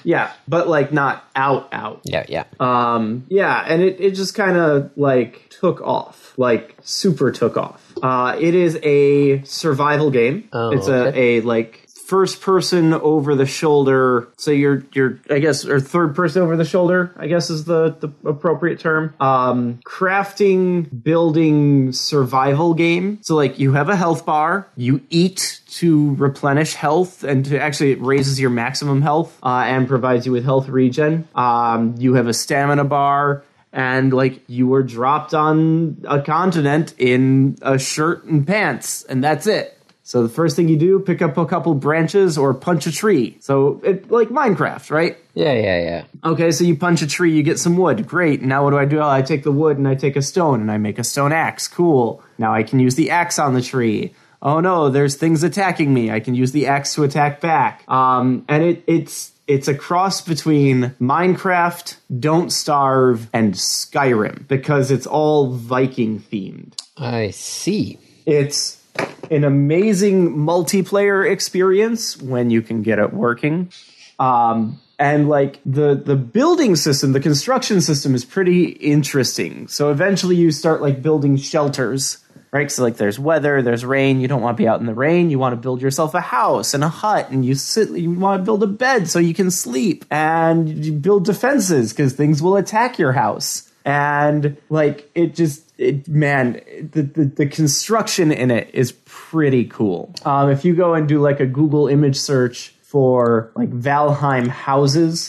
Yeah, but like not out out. Yeah, yeah. Um yeah, and it, it just kind of like took off. Like super took off. Uh it is a survival game. Oh, it's a, a like first person over the shoulder. So you're you're I guess or third person over the shoulder, I guess is the, the appropriate term. Um crafting building survival game. So like you have a health bar, you eat to replenish health and to actually it raises your maximum health uh, and provides you with health regen. Um, you have a stamina bar and like you were dropped on a continent in a shirt and pants and that's it. So the first thing you do, pick up a couple branches or punch a tree. So it like Minecraft, right? Yeah, yeah, yeah. Okay, so you punch a tree, you get some wood. Great. Now what do I do? Oh, I take the wood and I take a stone and I make a stone axe. Cool. Now I can use the axe on the tree. Oh no, there's things attacking me. I can use the axe to attack back. Um, and it it's it's a cross between Minecraft, Don't Starve, and Skyrim because it's all Viking themed. I see. It's an amazing multiplayer experience when you can get it working. Um, and like the the building system, the construction system is pretty interesting. So eventually you start like building shelters, right? So like there's weather, there's rain, you don't want to be out in the rain, you want to build yourself a house and a hut and you sit you want to build a bed so you can sleep and you build defenses cuz things will attack your house and like it just it, man the, the the construction in it is pretty cool um if you go and do like a google image search for like valheim houses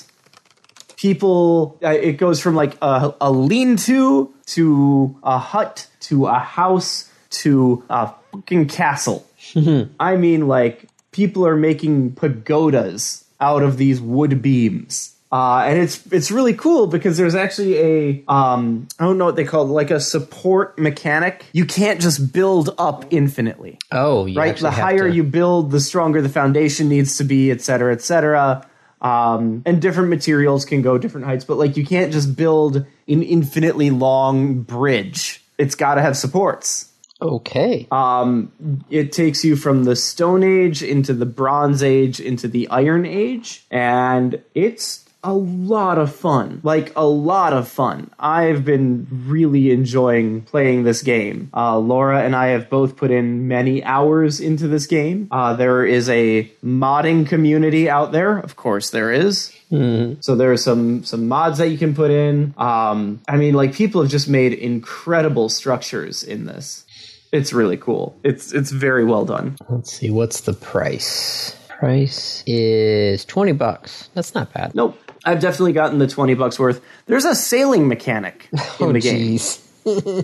people uh, it goes from like a, a lean-to to a hut to a house to a fucking castle i mean like people are making pagodas out of these wood beams uh, and it's it's really cool because there's actually a um, I don't know what they call it, like a support mechanic. You can't just build up infinitely Oh, you right? actually The have higher to- you build, the stronger the foundation needs to be, et cetera, et cetera. Um, and different materials can go different heights, but like you can't just build an infinitely long bridge. It's got to have supports. Okay. Uh, It takes you from the Stone Age into the Bronze Age into the Iron Age, and it's a lot of fun. Like, a lot of fun. I've been really enjoying playing this game. Uh, Laura and I have both put in many hours into this game. Uh, there is a modding community out there. Of course, there is. So there are some some mods that you can put in. Um, I mean, like people have just made incredible structures in this. It's really cool. It's it's very well done. Let's see, what's the price? Price is 20 bucks. That's not bad. Nope. I've definitely gotten the 20 bucks worth. There's a sailing mechanic in the game. jeez.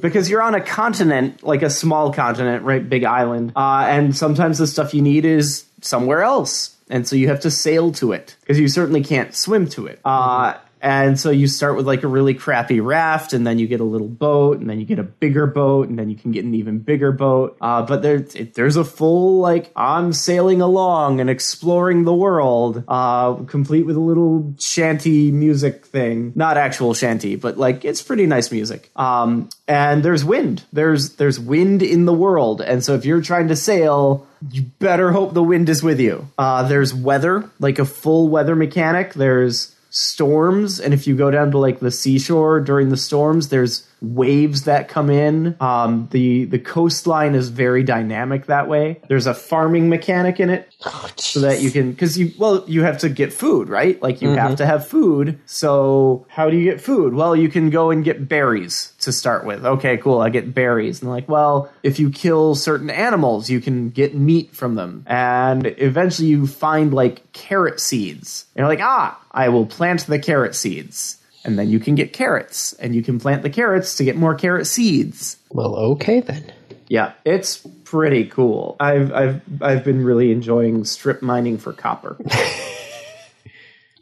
because you're on a continent, like a small continent, right? Big island. Uh, and sometimes the stuff you need is somewhere else. And so you have to sail to it because you certainly can't swim to it. Uh, and so you start with like a really crappy raft, and then you get a little boat, and then you get a bigger boat, and then you can get an even bigger boat. Uh, but there, it, there's a full like I'm sailing along and exploring the world, uh, complete with a little shanty music thing. Not actual shanty, but like it's pretty nice music. Um, and there's wind. There's there's wind in the world, and so if you're trying to sail, you better hope the wind is with you. Uh, there's weather, like a full weather mechanic. There's storms, and if you go down to like the seashore during the storms, there's waves that come in. Um, the the coastline is very dynamic that way. There's a farming mechanic in it Oh, so that you can because you well you have to get food right like you have to have food so how do you get food well you can go and get berries to start with okay cool i get berries and like well if you kill certain animals you can get meat from them and eventually you find like carrot seeds and you're like ah i will plant the carrot seeds and then you can get carrots and you can plant the carrots to get more carrot seeds Well, okay then. yeah, it's pretty cool. I've I've I've been really enjoying strip mining for copper.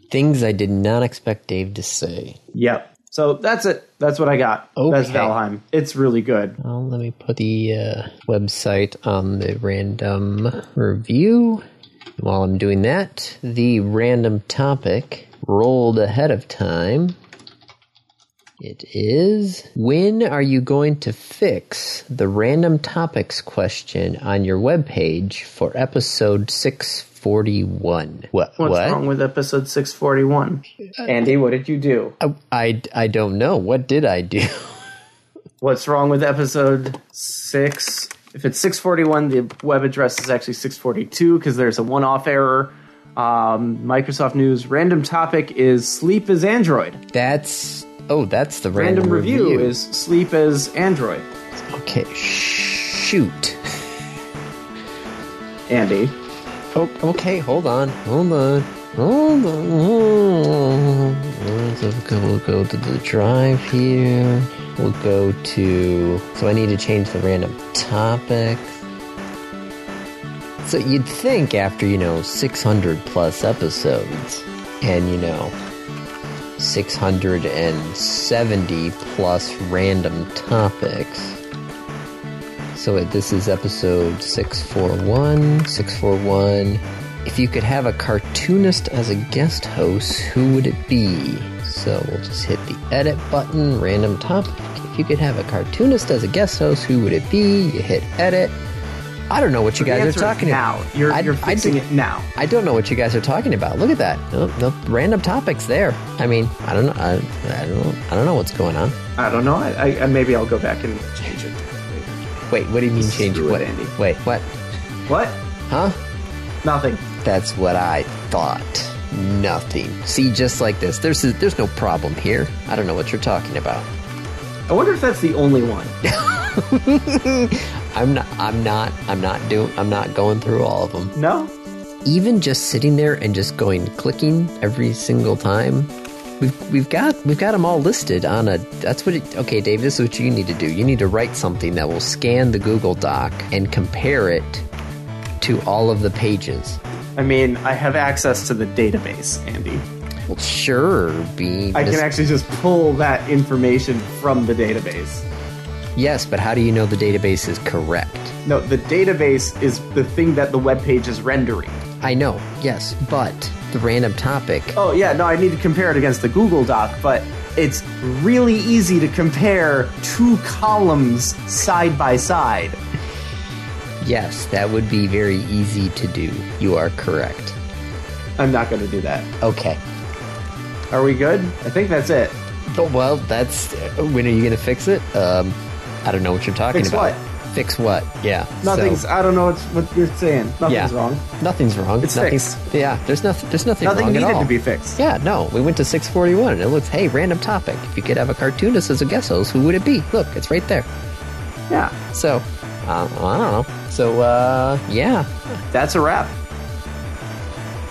Things I did not expect Dave to say. yep. So that's it. That's what I got. That's Okay. Valheim. It's really good. Oh, let me put the uh, website on the random review. While I'm doing that, the random topic rolled ahead of time. It is when are you going to fix the random topics question on your webpage for episode 641? What? What's what? Uh, wrong with episode 641? Andy, what did you do? I, Oh, I, I don't know. What did I do? [LAUGHS] What's wrong with episode 6? If it's 641, the web address is actually 642 because there's a one off error. Um, Microsoft News random topic is sleep is Android. That's oh, that's the random, Random review, is sleep is Android. okay. Shoot. Andy. Oh, okay. Hold on. Hold on. Hold on. Let's go- We'll go to the drive here. We'll go to. So I need to change the random topic. So you'd think after, you know, 600 plus episodes and, you know, 670 plus random topics. So wait, this is episode 641. 641. If you could have a cartoonist as a guest host, who would it be? So we'll just hit the edit button, random topic. If you could have a cartoonist as a guest host, who would it be? You hit edit. I don't know what you The guys answer are is talking now. about. You're, I- you're I fixing did- it now. I don't know what you guys are talking about. Look at that. No, no random topics there. I mean, I don't know. I, I don't know. I don't know what's going on. I don't know. I, I, I maybe I'll go back and change it. Wait, what do you mean change Screw it, what? Andy. Wait, what? What? Huh? Nothing. That's what I thought. Nothing. See, just like this. There's there's no problem here. I don't know what you're talking about. I wonder if that's the only [LAUGHS] one. I'm not. I'm not. I'm not doing. I'm not going through all of them. No. even just sitting there and just going clicking every single time we've, we've got we've got them all listed on a that's what it okay dave this is what you need to do you need to write something that will scan the google doc and compare it to all of the pages I mean, I have access to the database, Andy. well sure be I can actually just pull that information from the database. yes but how do you know the database is correct No, the database is the thing that the web page is rendering. i know yes but the random topic Oh yeah, no, I need to compare it against the Google Doc, but it's really easy to compare two columns side by side. yes that would be very easy to do you are correct I'm not going to do that. Okay. Are we good? I think that's it. Oh, well, that's uh, when are you going to fix it? Um, I don't know what you're talking Fix about. what? Fix what? Yeah. Nothing's. So, I don't know what's, what you're saying. Nothing's yeah. wrong. Nothing's wrong. It's nothing's, Yeah. There's nothing. There's nothing. Nothing wrong at needed all. to be fixed. Yeah. No. We went to 641 and it looked. Hey, random topic. If you could have a cartoonist as a guest host, who would it be? Look, it's right there. Yeah. So, um, I don't know. So, uh, yeah. That's a wrap.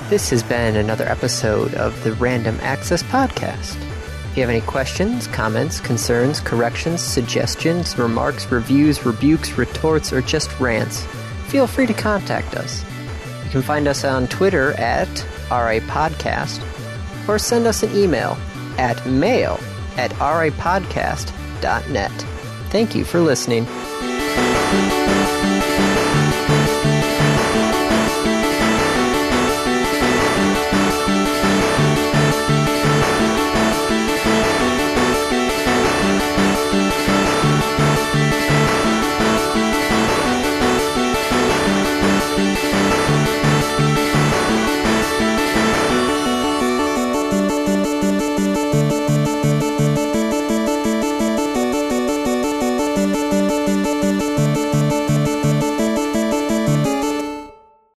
This has been another episode of the Random Access Podcast. If you have any questions, comments, concerns, corrections, suggestions, remarks, reviews, rebukes, retorts, or just rants, feel free to contact us. You can find us on Twitter at RAPodcast or send us an email at mail at rapodcast.net. Thank you for listening.